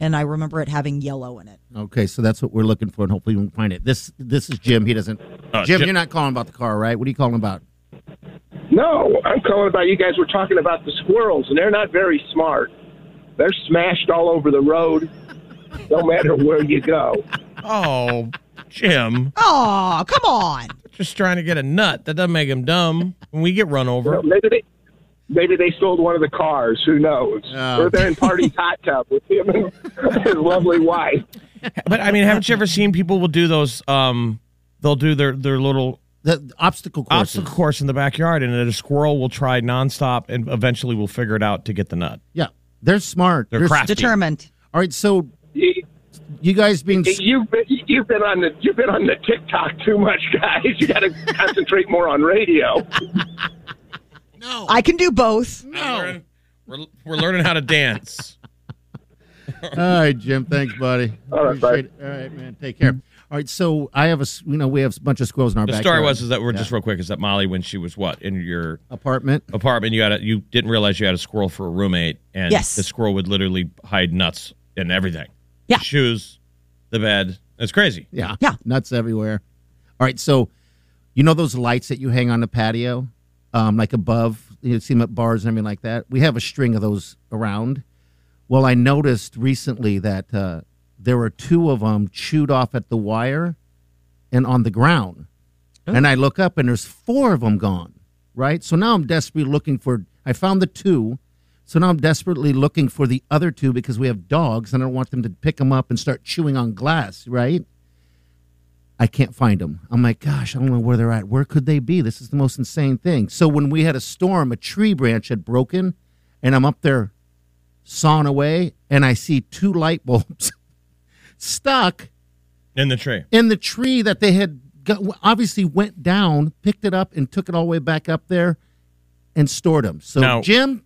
D: and I remember it having yellow in it.
B: Okay, so that's what we're looking for, and hopefully we can find it. This this is Jim. He doesn't.
C: Uh,
B: Jim,
C: Jim-
B: you're not calling about the car, right? What are you calling about?
H: No, I'm calling about you guys were talking about the squirrels, and they're not very smart. They're smashed all over the road, no matter where you go.
C: Oh, Jim,
D: [LAUGHS] Oh come on!
C: just trying to get a nut. That doesn't make him dumb. When we get run over,
H: Well, maybe they maybe they sold one of the cars. Who knows?
B: Oh.
H: Or they're in Party's hot tub with him and his lovely wife.
C: but I mean, haven't you ever seen people will do those? Um, they'll do their their little
B: The obstacle course.
C: obstacle course in the backyard, and then a squirrel will try nonstop, and eventually will figure it out to get the nut.
B: Yeah, they're smart.
C: They're crafty.
D: Determined.
B: All right, so
H: You,
B: you guys being
C: [LAUGHS]
H: you've been you've been on the you've been on the TikTok too much, guys. You got to concentrate more on radio.
D: I can do both. [LAUGHS]
C: No, we're, we're learning how to dance.
B: All right, Jim. Thanks, buddy.
H: All right, bye.
B: Appreciate it. All right, man. Take care. All right, so I have a s- you know we have a bunch of squirrels in our
C: [LAUGHS] The
B: backyard.
C: story was is that we're
B: Yeah.
C: just real quick is that Molly when she was what in your
B: apartment.
C: apartment you had a, you didn't realize you had a squirrel for a roommate and
D: Yes.
C: the squirrel would literally hide nuts and everything.
D: Yeah.
C: shoes, the bed. It's crazy.
B: Yeah,
D: Yeah.
B: nuts everywhere. All right, so you know those lights that you hang on the patio, um, like above you see them at bars and everything like that. We have a string of those around. Well, I noticed recently that uh, there were two of them chewed off at the wire and on the ground. And I look up and there's four of them gone, right? So now I'm desperately looking for, I found the two. So now I'm desperately looking for the other two because we have dogs and I don't want them to pick them up and start chewing on glass, right? I can't find them. I'm like, gosh, I don't know where they're at. Where could they be? This is the most insane thing. So when we had a storm, a tree branch had broken and I'm up there sawing away and I see two light bulbs [LAUGHS] stuck
C: In the tree.
B: and the tree that they had got, obviously went down, picked it up, and took it all the way back up there and stored them. So,
C: Now-
B: Jim,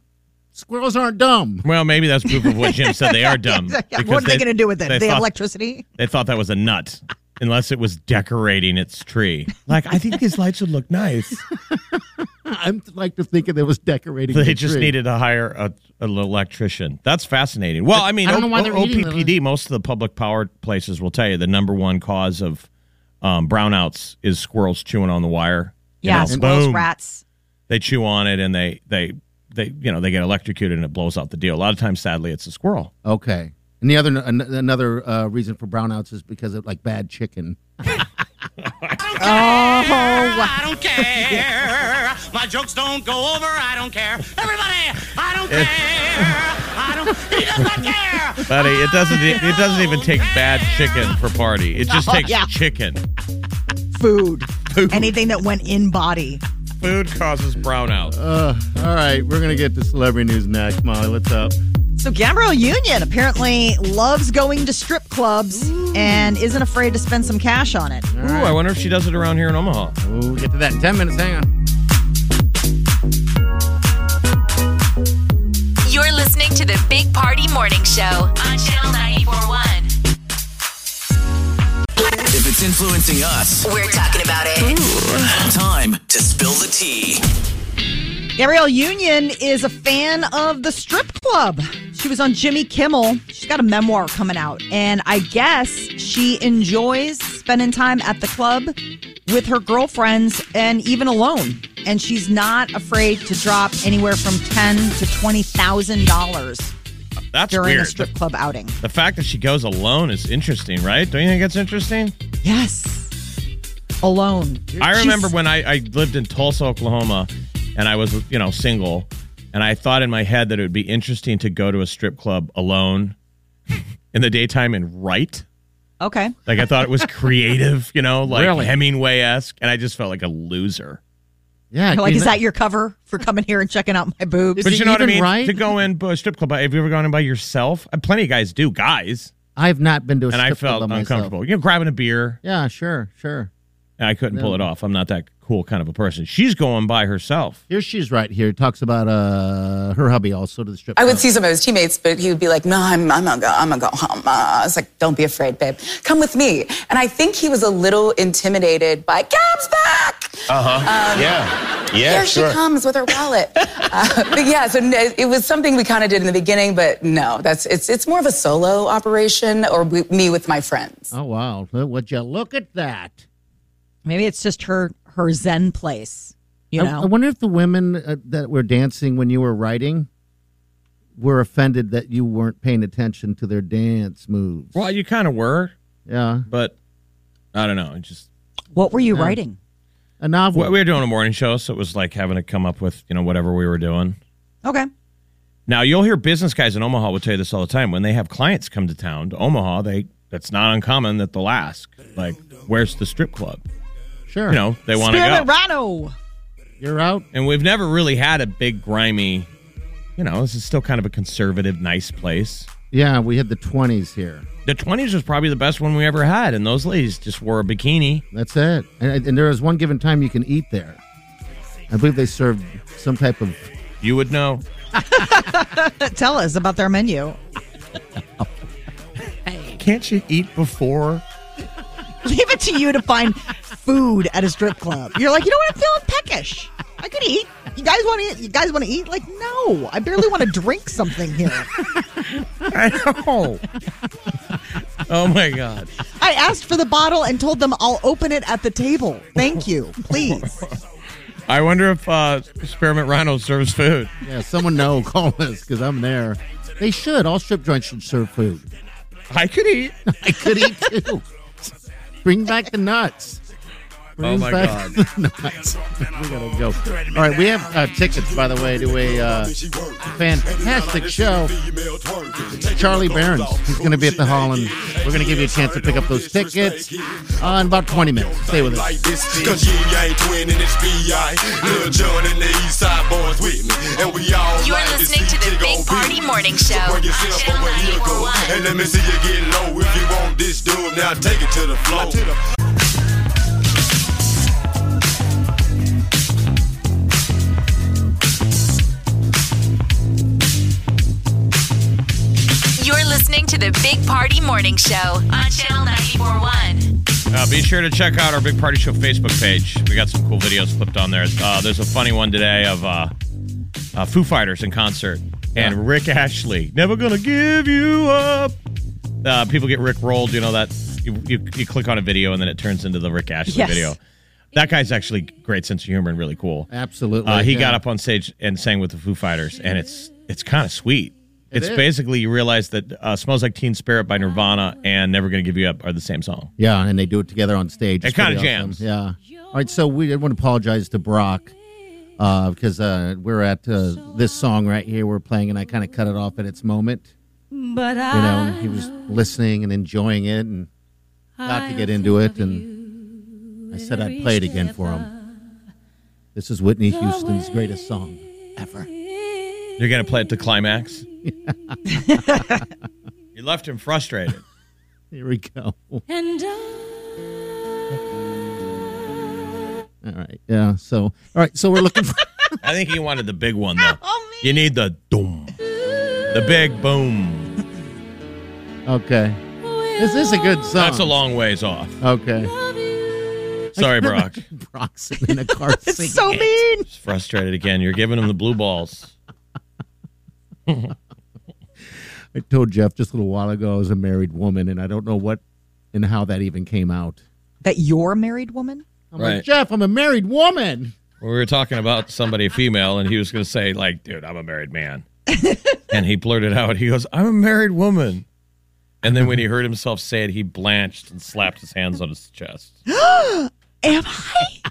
B: squirrels aren't dumb. [LAUGHS]
C: Well, maybe that's proof of what Jim said.
D: [LAUGHS]
C: They are dumb. because
D: what are they, going to do with it? They, have
C: thought-
D: electricity.
C: They thought that was a nut, unless it was decorating its tree. Like, I think these lights would look [LAUGHS] nice.
B: I'm like to think that it was decorating.
C: They
B: the
C: just
B: tree.
C: needed to hire a, an electrician. That's fascinating. Well, I mean,
B: I don't know why
C: O-
B: they're
C: O-
B: eating
C: OPPD, most of the public power places will tell you the number one cause of um, brownouts is squirrels chewing on the wire. You
D: Yeah,
C: know,
D: squirrels,
C: boom.
D: rats.
C: They chew on it and they, they, they, you know, they get electrocuted and it blows out the deal. A lot of times, sadly, it's a squirrel.
B: Okay. And the other an- another uh, reason for brownouts is because of like bad chicken.
D: Oh,
K: I don't care. My jokes don't go over. I don't care. Everybody, I don't care. I don't. He does not care.
C: Buddy, it doesn't. It doesn't even take bad chicken for party. It
B: [LAUGHS]
C: just
D: Oh,
C: takes
D: yeah.
C: chicken.
D: food. Anything that went in body.
C: Food causes brownout.
B: Uh, all right, we're gonna get to celebrity news next, Molly. What's up?
D: So Gabrielle Union apparently loves going to strip clubs and isn't afraid to spend some cash on it.
C: Ooh, I wonder if she does it around here in Omaha.
B: We'll get to that in 10 minutes. Hang on.
A: You're listening to the Big Party Morning Show on Channel 941.
E: If it's influencing us,
A: We're talking about it.
E: time to spill the tea.
D: Gabrielle Union is a fan of the strip club. She was on Jimmy Kimmel. She's got a memoir coming out, and I guess she enjoys spending time at the club with her girlfriends and even alone. And she's not afraid to drop anywhere from ten to twenty thousand dollars
C: That's
D: during
C: weird.
D: a strip club outing.
C: The fact that she goes alone is interesting, right? Don't you think that's interesting?
D: Yes, alone.
C: I
D: She's-
C: remember when I, I lived in Tulsa, Oklahoma, and I was, you know, single, and I thought in my head that it would be interesting to go to a strip club alone in the daytime and write. [LAUGHS]
D: Okay.
C: Like I thought
D: [LAUGHS]
C: it was creative, you know, like
B: Really?
C: Hemingway esque, and I just felt like a loser.
B: Yeah.
D: like, is that your cover for coming here and checking out my
C: [LAUGHS]
D: boobs?
C: but you know what I mean? To go in a strip club, have you ever gone in by yourself? Uh, Plenty of guys do, guys,
B: I've not been to a
C: and
B: strip
C: I felt
B: club myself.
C: uncomfortable. You know, grabbing a beer,
B: Yeah, sure, sure.
C: and I couldn't pull
B: No.
C: it off. I'm not that cool kind of a person. She's going by herself.
B: Here she's right here. It talks about uh her hubby also to the strip.
L: I would
B: club.
L: see some of his teammates, but he would be like, "No, I'm, I'm gonna go. I'm gonna go home." Uh, I was like, "Don't be afraid, babe. Come with me." And I think he was a little intimidated by Gab's back.
M: Uh huh. yeah. Yeah.
L: Here
M: sure.
L: she comes with her
M: [LAUGHS]
L: wallet. uh, but yeah, so n- it was something we kind of did in the beginning, but no, that's it's it's more of a solo operation or we, me with my friends.
B: Oh wow! Look- Would you look at that?
D: Maybe it's just her her Zen place. You
B: I-
D: know,
B: I, wonder if the women uh, that were dancing when you were writing were offended that you weren't paying attention to their dance moves.
C: Well, you kind of were,
B: Yeah,
C: but I don't know. It just
D: what were you
B: Yeah.
D: writing?
B: a novel.
C: we we were doing a morning show, so it was like having to come up with you know whatever we were doing.
D: Okay.
C: Now you'll hear business guys in Omaha will tell you this all the time. When they have clients come to town to Omaha, they that's not uncommon that they'll ask like, "Where's the strip club?"
B: Sure.
C: You know, they want to
D: Spearman
C: go.
D: Rhino.
B: You're out.
C: and we've never really had a big grimy you know this is still kind of a conservative nice place
B: Yeah, we had the twenties here.
C: the 20s was probably the best one we ever had and those ladies just wore a bikini
B: That's it. And, and there was one given time you can eat there. I believe they served some type of
C: you would know
D: Tell us about their menu. [LAUGHS]
C: can't you eat before
D: Leave it to you to find food at a strip club. You're like, you know what? I'm feeling peckish. I could eat. You guys want to eat? You guys want to eat? Like, no. I barely want to drink something [LAUGHS] here.
C: [LAUGHS] i know oh my god
D: I asked for the bottle and told them I'll open it at the table. Thank you. [LAUGHS] Please.
C: i wonder if uh spearmint rhino serves food
B: yeah. Someone know, [LAUGHS] call us because I'm there. They should. All strip joints should serve food.
C: i could eat
B: I could eat too. [LAUGHS] Bring back the nuts.
C: Oh, my
B: back [LAUGHS]
C: God.
B: the nuts. We gotta go. All right, we have uh, tickets, by the way, to a uh, fantastic show. Charlie Barons. He's going to be at the Holland. We're going to give you a chance to pick up those tickets uh, in about 20 minutes. Stay with us.
M: Like this, cause you ain't twin and it's B.I. Lil John and the East Side Boys with me. And we all
A: You're
M: like
A: listening to the Big Party Morning Show on Channel 941.
M: And let me see you get low if you want this dude. Now take it to the floor.
A: You're listening to the Big Party Morning Show on Channel 941.
C: Uh, be sure to check out our Big Party Show Facebook page. We got some cool videos flipped on there. Uh, there's a funny one today of uh, uh, Foo Fighters in concert and Rick Ashley. Never gonna give you up. Uh, people get Rick rolled. You know that you, you you click on a video and then it turns into the Rick Ashley
D: Yes.
C: video. That guy's actually great sense of humor and really cool.
B: Absolutely.
C: Uh, he
B: yeah.
C: got up on stage and sang with the Foo Fighters, and it's it's kind of sweet.
B: It
C: it's
B: is.
C: basically you realize that uh, "Smells Like Teen Spirit" by Nirvana and "Never Gonna Give You Up" are the same song.
B: Yeah, and they do it together on stage.
C: It
B: It's pretty
C: kinda
B: awesome.
C: jams.
B: Yeah. All right, so we I want to apologize to Brock uh, because uh, we're at uh, this song right here we're playing, and I kind of cut it off at its moment.
I: But
B: You know,
I: I
B: and he was listening and enjoying it and about to get into it, and I said I'd play it again for him. This is Whitney Houston's greatest song ever.
C: You're gonna play at the climax. you left him frustrated.
B: Here we go. All
I: And
B: right. Yeah. So, all right. So we're looking for.
C: I think he wanted the big one though. You need the doom, the big boom.
B: Okay. This is a good song.
C: That's a long ways off. [LAUGHS]
B: Okay.
C: Sorry, Brock.
B: Brock's in a car. singing
D: so
B: it.
D: mean.
C: He's frustrated again. You're giving him the blue balls.
B: I told Jeff just a little while ago I was a married woman, and I don't know what and how that even came out.
D: That you're a married woman?
B: I'm
C: Right.
B: like, Jeff, I'm a married woman.
C: We were talking about somebody female, and he was going to say, like, dude, I'm a married man. and he blurted out, he goes, I'm a married woman. And then when he heard himself say it, he blanched and slapped his hands on his chest.
D: Am I?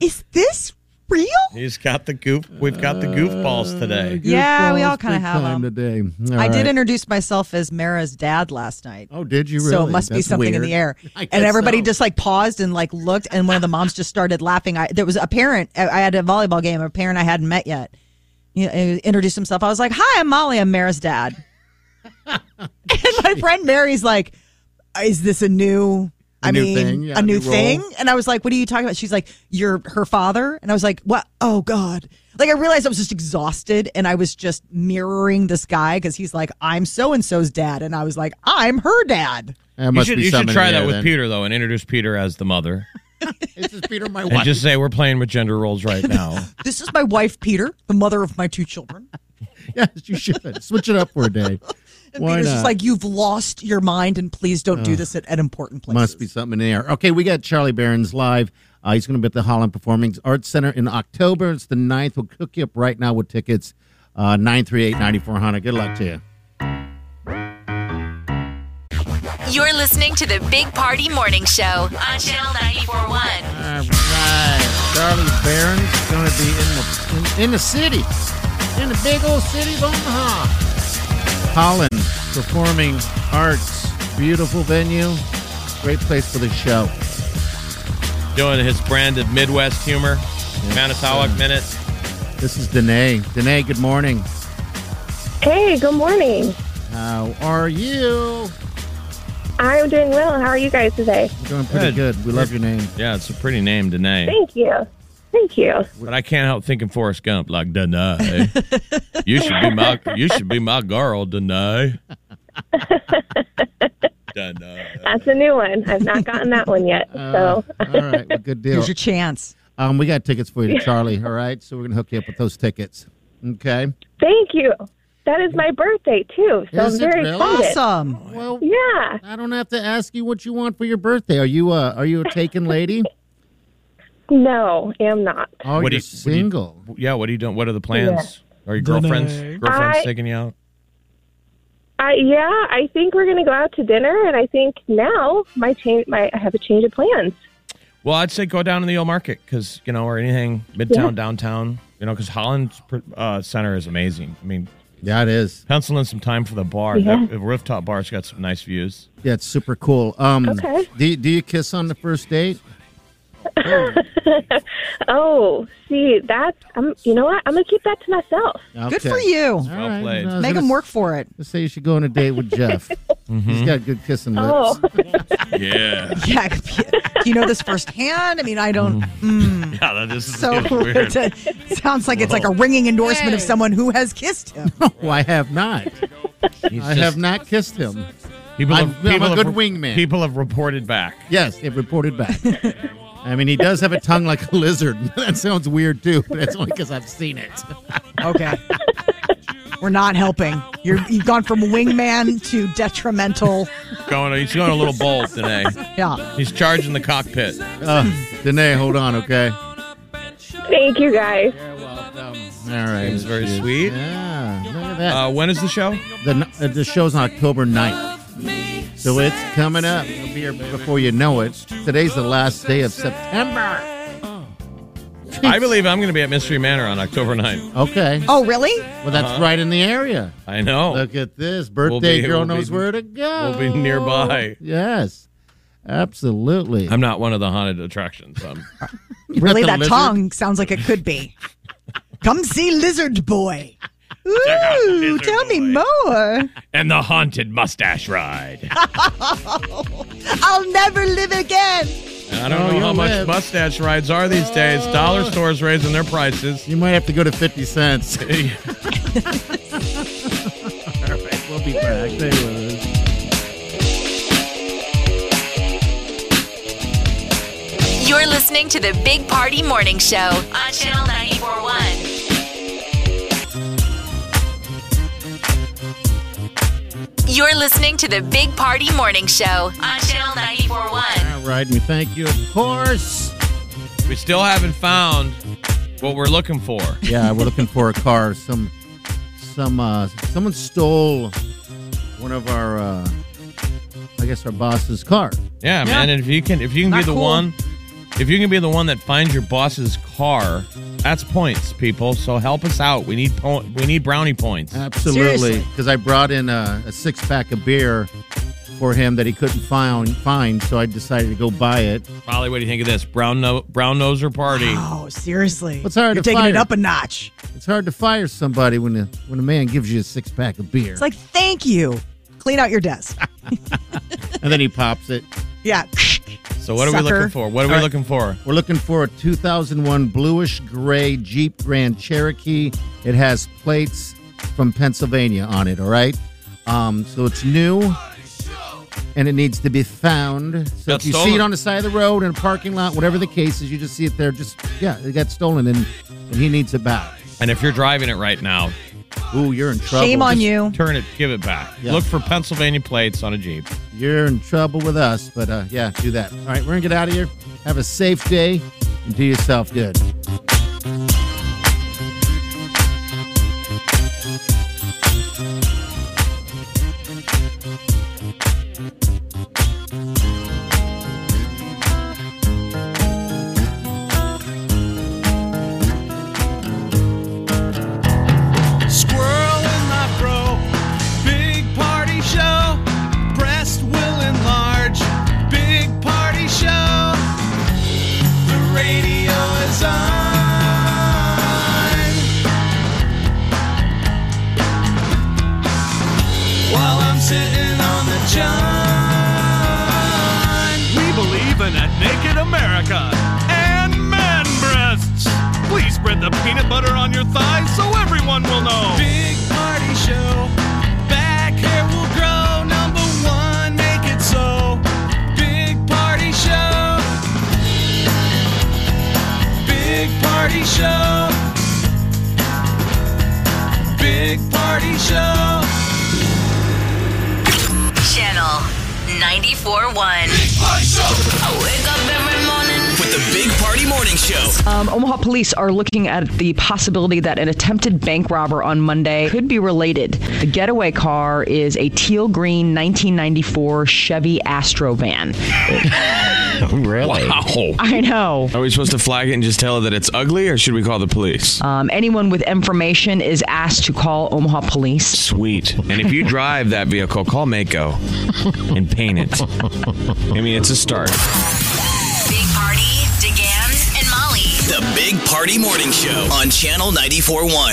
D: Is this real?
C: He's got the goof. We've got the goofballs today.
D: Yeah, we all
B: Goofballs
D: kinda
B: big
D: have
B: time
D: 'em.
B: today. All
D: I did
B: right.
D: introduce myself as Mara's dad last night.
B: Oh, did you really?
D: So it must be
B: That's
D: something in
B: weird.
D: the air.
B: [LAUGHS] I guess
D: And everybody
B: so.
D: just like paused and like looked, and one of the moms just started laughing. I, there was a parent, I I had a volleyball game, a parent I hadn't met yet. You know, he introduced himself. I was like, Hi, I'm Molly, I'm Mara's dad. [LAUGHS] and my friend Mary's like, Is this a new.
B: A
D: I
B: new
D: mean,
B: thing, yeah,
D: a new,
B: new role.
D: thing, and I was like, "What are you talking about?" She's like, "You're her father," and I was like, "What? Oh God!" Like I realized I was just exhausted, and I was just mirroring this guy because he's like, "I'm so and so's dad," and I was like, "I'm her dad."
B: That must
C: you should,
B: be
C: you should
B: something in
C: try
B: the
C: that
B: air
C: with
B: then.
C: Peter, though, and introduce Peter as the mother.
B: This is Peter, my
C: And
B: wife.
C: just say, we're playing with gender roles [LAUGHS] right now.
D: This is my wife, Peter, the mother of my two children.
B: [LAUGHS] yes, you should switch it up for a
D: [LAUGHS]
B: day.
D: And
B: Why
D: Peter's
B: not?
D: just like, "You've lost your mind, and please don't do this at, at important places."
B: Must be something in the air. Okay, we got Charlie Barron's live. Uh, he's going to be at the Holland Performing Arts Center in October. It's the 9th. We'll cook you up right now with tickets. Uh, 938-9400. Good luck to you.
A: You're listening to the Big Party Morning Show on Channel 941.
B: All right. Charlie Barron's going to be in the, in, in the city, in the big old city of Omaha. Holland Performing Arts. Beautiful venue. Great place for the show.
C: Doing his brand of Midwest humor, Manitowoc Minute.
B: This is Danae. Danae, good morning.
G: Hey, good morning.
B: How are you?
G: I'm doing well. How are you guys today?
B: We're doing pretty
C: Good.
B: good. We love your name.
C: Yeah, it's a pretty name, Danae.
G: Thank you. Thank you.
C: But I can't help thinking Forrest Gump, like Danae. you should be my you should be my girl, Danae. Danae.
G: That's a new one. I've not gotten that one
M: [LAUGHS]
G: yet.
M: Uh,
C: Oh.
G: So
B: All right, well, good deal.
D: Here's your chance.
B: Um, we got tickets for you, to Charlie. All right, so we're gonna hook you up with those tickets. Okay.
G: thank you. That is my birthday too. So
B: Is it
G: I'm very
B: really?
G: excited.
D: Awesome.
B: Well,
G: Yeah.
B: I don't have to ask you what you want for your birthday. Are you a Are you a taken lady?
G: No, am not.
B: Oh, you're
C: [LAUGHS] What do you- what do you-
B: single.
C: Yeah, what are you doing? What are the plans? Are your girlfriends girlfriends
G: I-
C: taking you out?
G: I yeah, I think we're gonna go out to dinner, and I think now my change, my I have a change of plans.
C: Well, I'd say go down to the old market because you know, or anything midtown, downtown. You know, because Holland's uh, Center is amazing. I mean,
B: Yeah, it is.
C: pencil in some time for the bar.
G: Yeah.
C: The rooftop bar's got some nice views.
B: Yeah, it's super cool. Um,
G: Okay.
B: Do you, Do you kiss on the first date?
G: Oh, see, that's I'm. You know what? I'm gonna keep that to myself.
D: Good
B: Okay.
D: for you.
B: All
C: Well
B: right,
C: played.
B: I was
D: Make
B: gonna
D: him work for it. [LAUGHS]
B: s- Say you should go on a date with Jeff.
C: Mm-hmm.
B: He's got good kissing lips.
G: Oh,
C: [LAUGHS]
G: [LAUGHS]
C: Yeah,
D: Yeah. Do you know this firsthand? I mean, I don't. Mm.
C: yeah, that is
D: So
C: is [LAUGHS] weird.
D: it sounds like it's like a ringing endorsement of someone who has kissed
B: [LAUGHS]
D: him.
B: Oh, I have not. I have not kissed him.
C: People
B: I'm-
C: have,
B: I'm a
C: people have
B: good
C: re-
B: wingman.
C: People have reported back.
B: Yes, it reported back. I mean, he does have a tongue like a lizard. [LAUGHS] that sounds weird too, but that's only because I've seen it.
D: Okay. We're not helping. You're, you've gone from wingman to detrimental.
C: Going, he's going a little bold today.
D: Yeah.
C: He's charging the cockpit.
B: Uh, Danae, hold on, okay?
G: thank you guys.
B: All right.
C: Seems very sweet.
B: Yeah. Look at that.
C: Uh, when is the show?
B: the, uh, the show's on October 9th. So it's coming up. It'll be here before you know it. Today's the last day of September.
C: I believe I'm going to be at Mystery Manor on October 9th.
B: Okay.
D: Oh, really?
B: Well, that's right in the area.
C: I know.
B: Look at this. Birthday
C: be-
B: girl
C: we'll
B: knows
C: be-
B: where to go.
C: we'll be nearby.
B: Yes. Absolutely.
C: I'm not one of the haunted attractions. Um,
D: Really?
B: the
D: That
B: lizard?
D: tongue sounds like it could be. [LAUGHS] Come see Lizard Boy. Ooh, tell me more.
C: And the haunted mustache ride.
D: I'll never live again.
C: [LAUGHS] I don't know how much mustache rides are these days. Dollar stores raising their prices. [LAUGHS]
B: You might have to go to 50 cents. All right, we'll be back. Stay with us.
A: You're listening to the Big Party Morning Show on Channel 941. You're listening to the Big Party Morning Show on Channel 941.
B: All right, and we thank you, of course.
C: We still haven't found what we're looking for.
B: Yeah, we're looking for a car. Some, some, uh, someone stole one of our, uh, I guess, our boss's car.
C: Yeah, man. And if you can, if you can
B: Not
C: be the
B: cool.
C: one, if you can be the one that finds your boss's car, that's points, people. So help us out. We need po- we need brownie points.
B: Uh, Absolutely, because I brought in a, a six pack of beer for him that he couldn't find, find, so I decided to go buy it.
C: Probably. What do you think of this brown no- brown noser party?
D: Oh, seriously.
B: It's hard
D: You're
B: to
D: taking it
B: fire.
D: up a notch.
B: It's hard to fire somebody when a, when a man gives you a six pack of beer,
D: It's like, thank you. Clean out your desk.
B: and then he pops it.
D: Yeah.
C: So what are we
B: Sucker.
C: looking for? What are we
B: All right.
C: looking for?
B: We're looking for a 2001 bluish gray Jeep Grand Cherokee. It has plates from Pennsylvania on it. All right, um, so it's new, and it needs to be found. So
C: Got
B: if you
C: stolen.
B: see it on the side of the road in a parking lot, whatever the case is, you just see it there. Just yeah, it got stolen, and, and he needs it back.
C: And if you're driving it right now,
B: ooh, you're in [LAUGHS] trouble.
D: Shame on
B: Just-
D: you.
C: turn it, give it back.
B: Yeah.
C: Look for Pennsylvania plates on a Jeep.
B: You're in trouble with us, but uh, yeah, do that. All right, we're gonna get out of here. Have a safe day and do yourself good.
K: Squirrel in my bro. Big party show. Breast will enlarge. Big party show. The radio is on. While I'm sitting on the john. We believe in a naked America and man breasts. Please spread the peanut butter on your thighs so everyone will know. Big party show. Back hair will grow. Number one, make it so. Big party show. Big party show. Big party show.
A: Channel 94.1. Wake up every morning.
E: With the Big Party Morning Show.
N: Um, Omaha police are looking at the possibility that an attempted bank robber on Monday could be related. The getaway car is a teal green 1994 Chevy Astro van.
O: really? Wow.
N: [LAUGHS] I know.
O: Are we supposed to flag it and just tell her that it's ugly, or should we call the police?
N: Um, anyone with information is asked to call Omaha police.
O: Sweet. And if you drive that vehicle, call Mako and paint it. I mean, it's a start.
A: Big Party, DeGan, and Molly.
E: The Big Party Morning Show on Channel 94.1.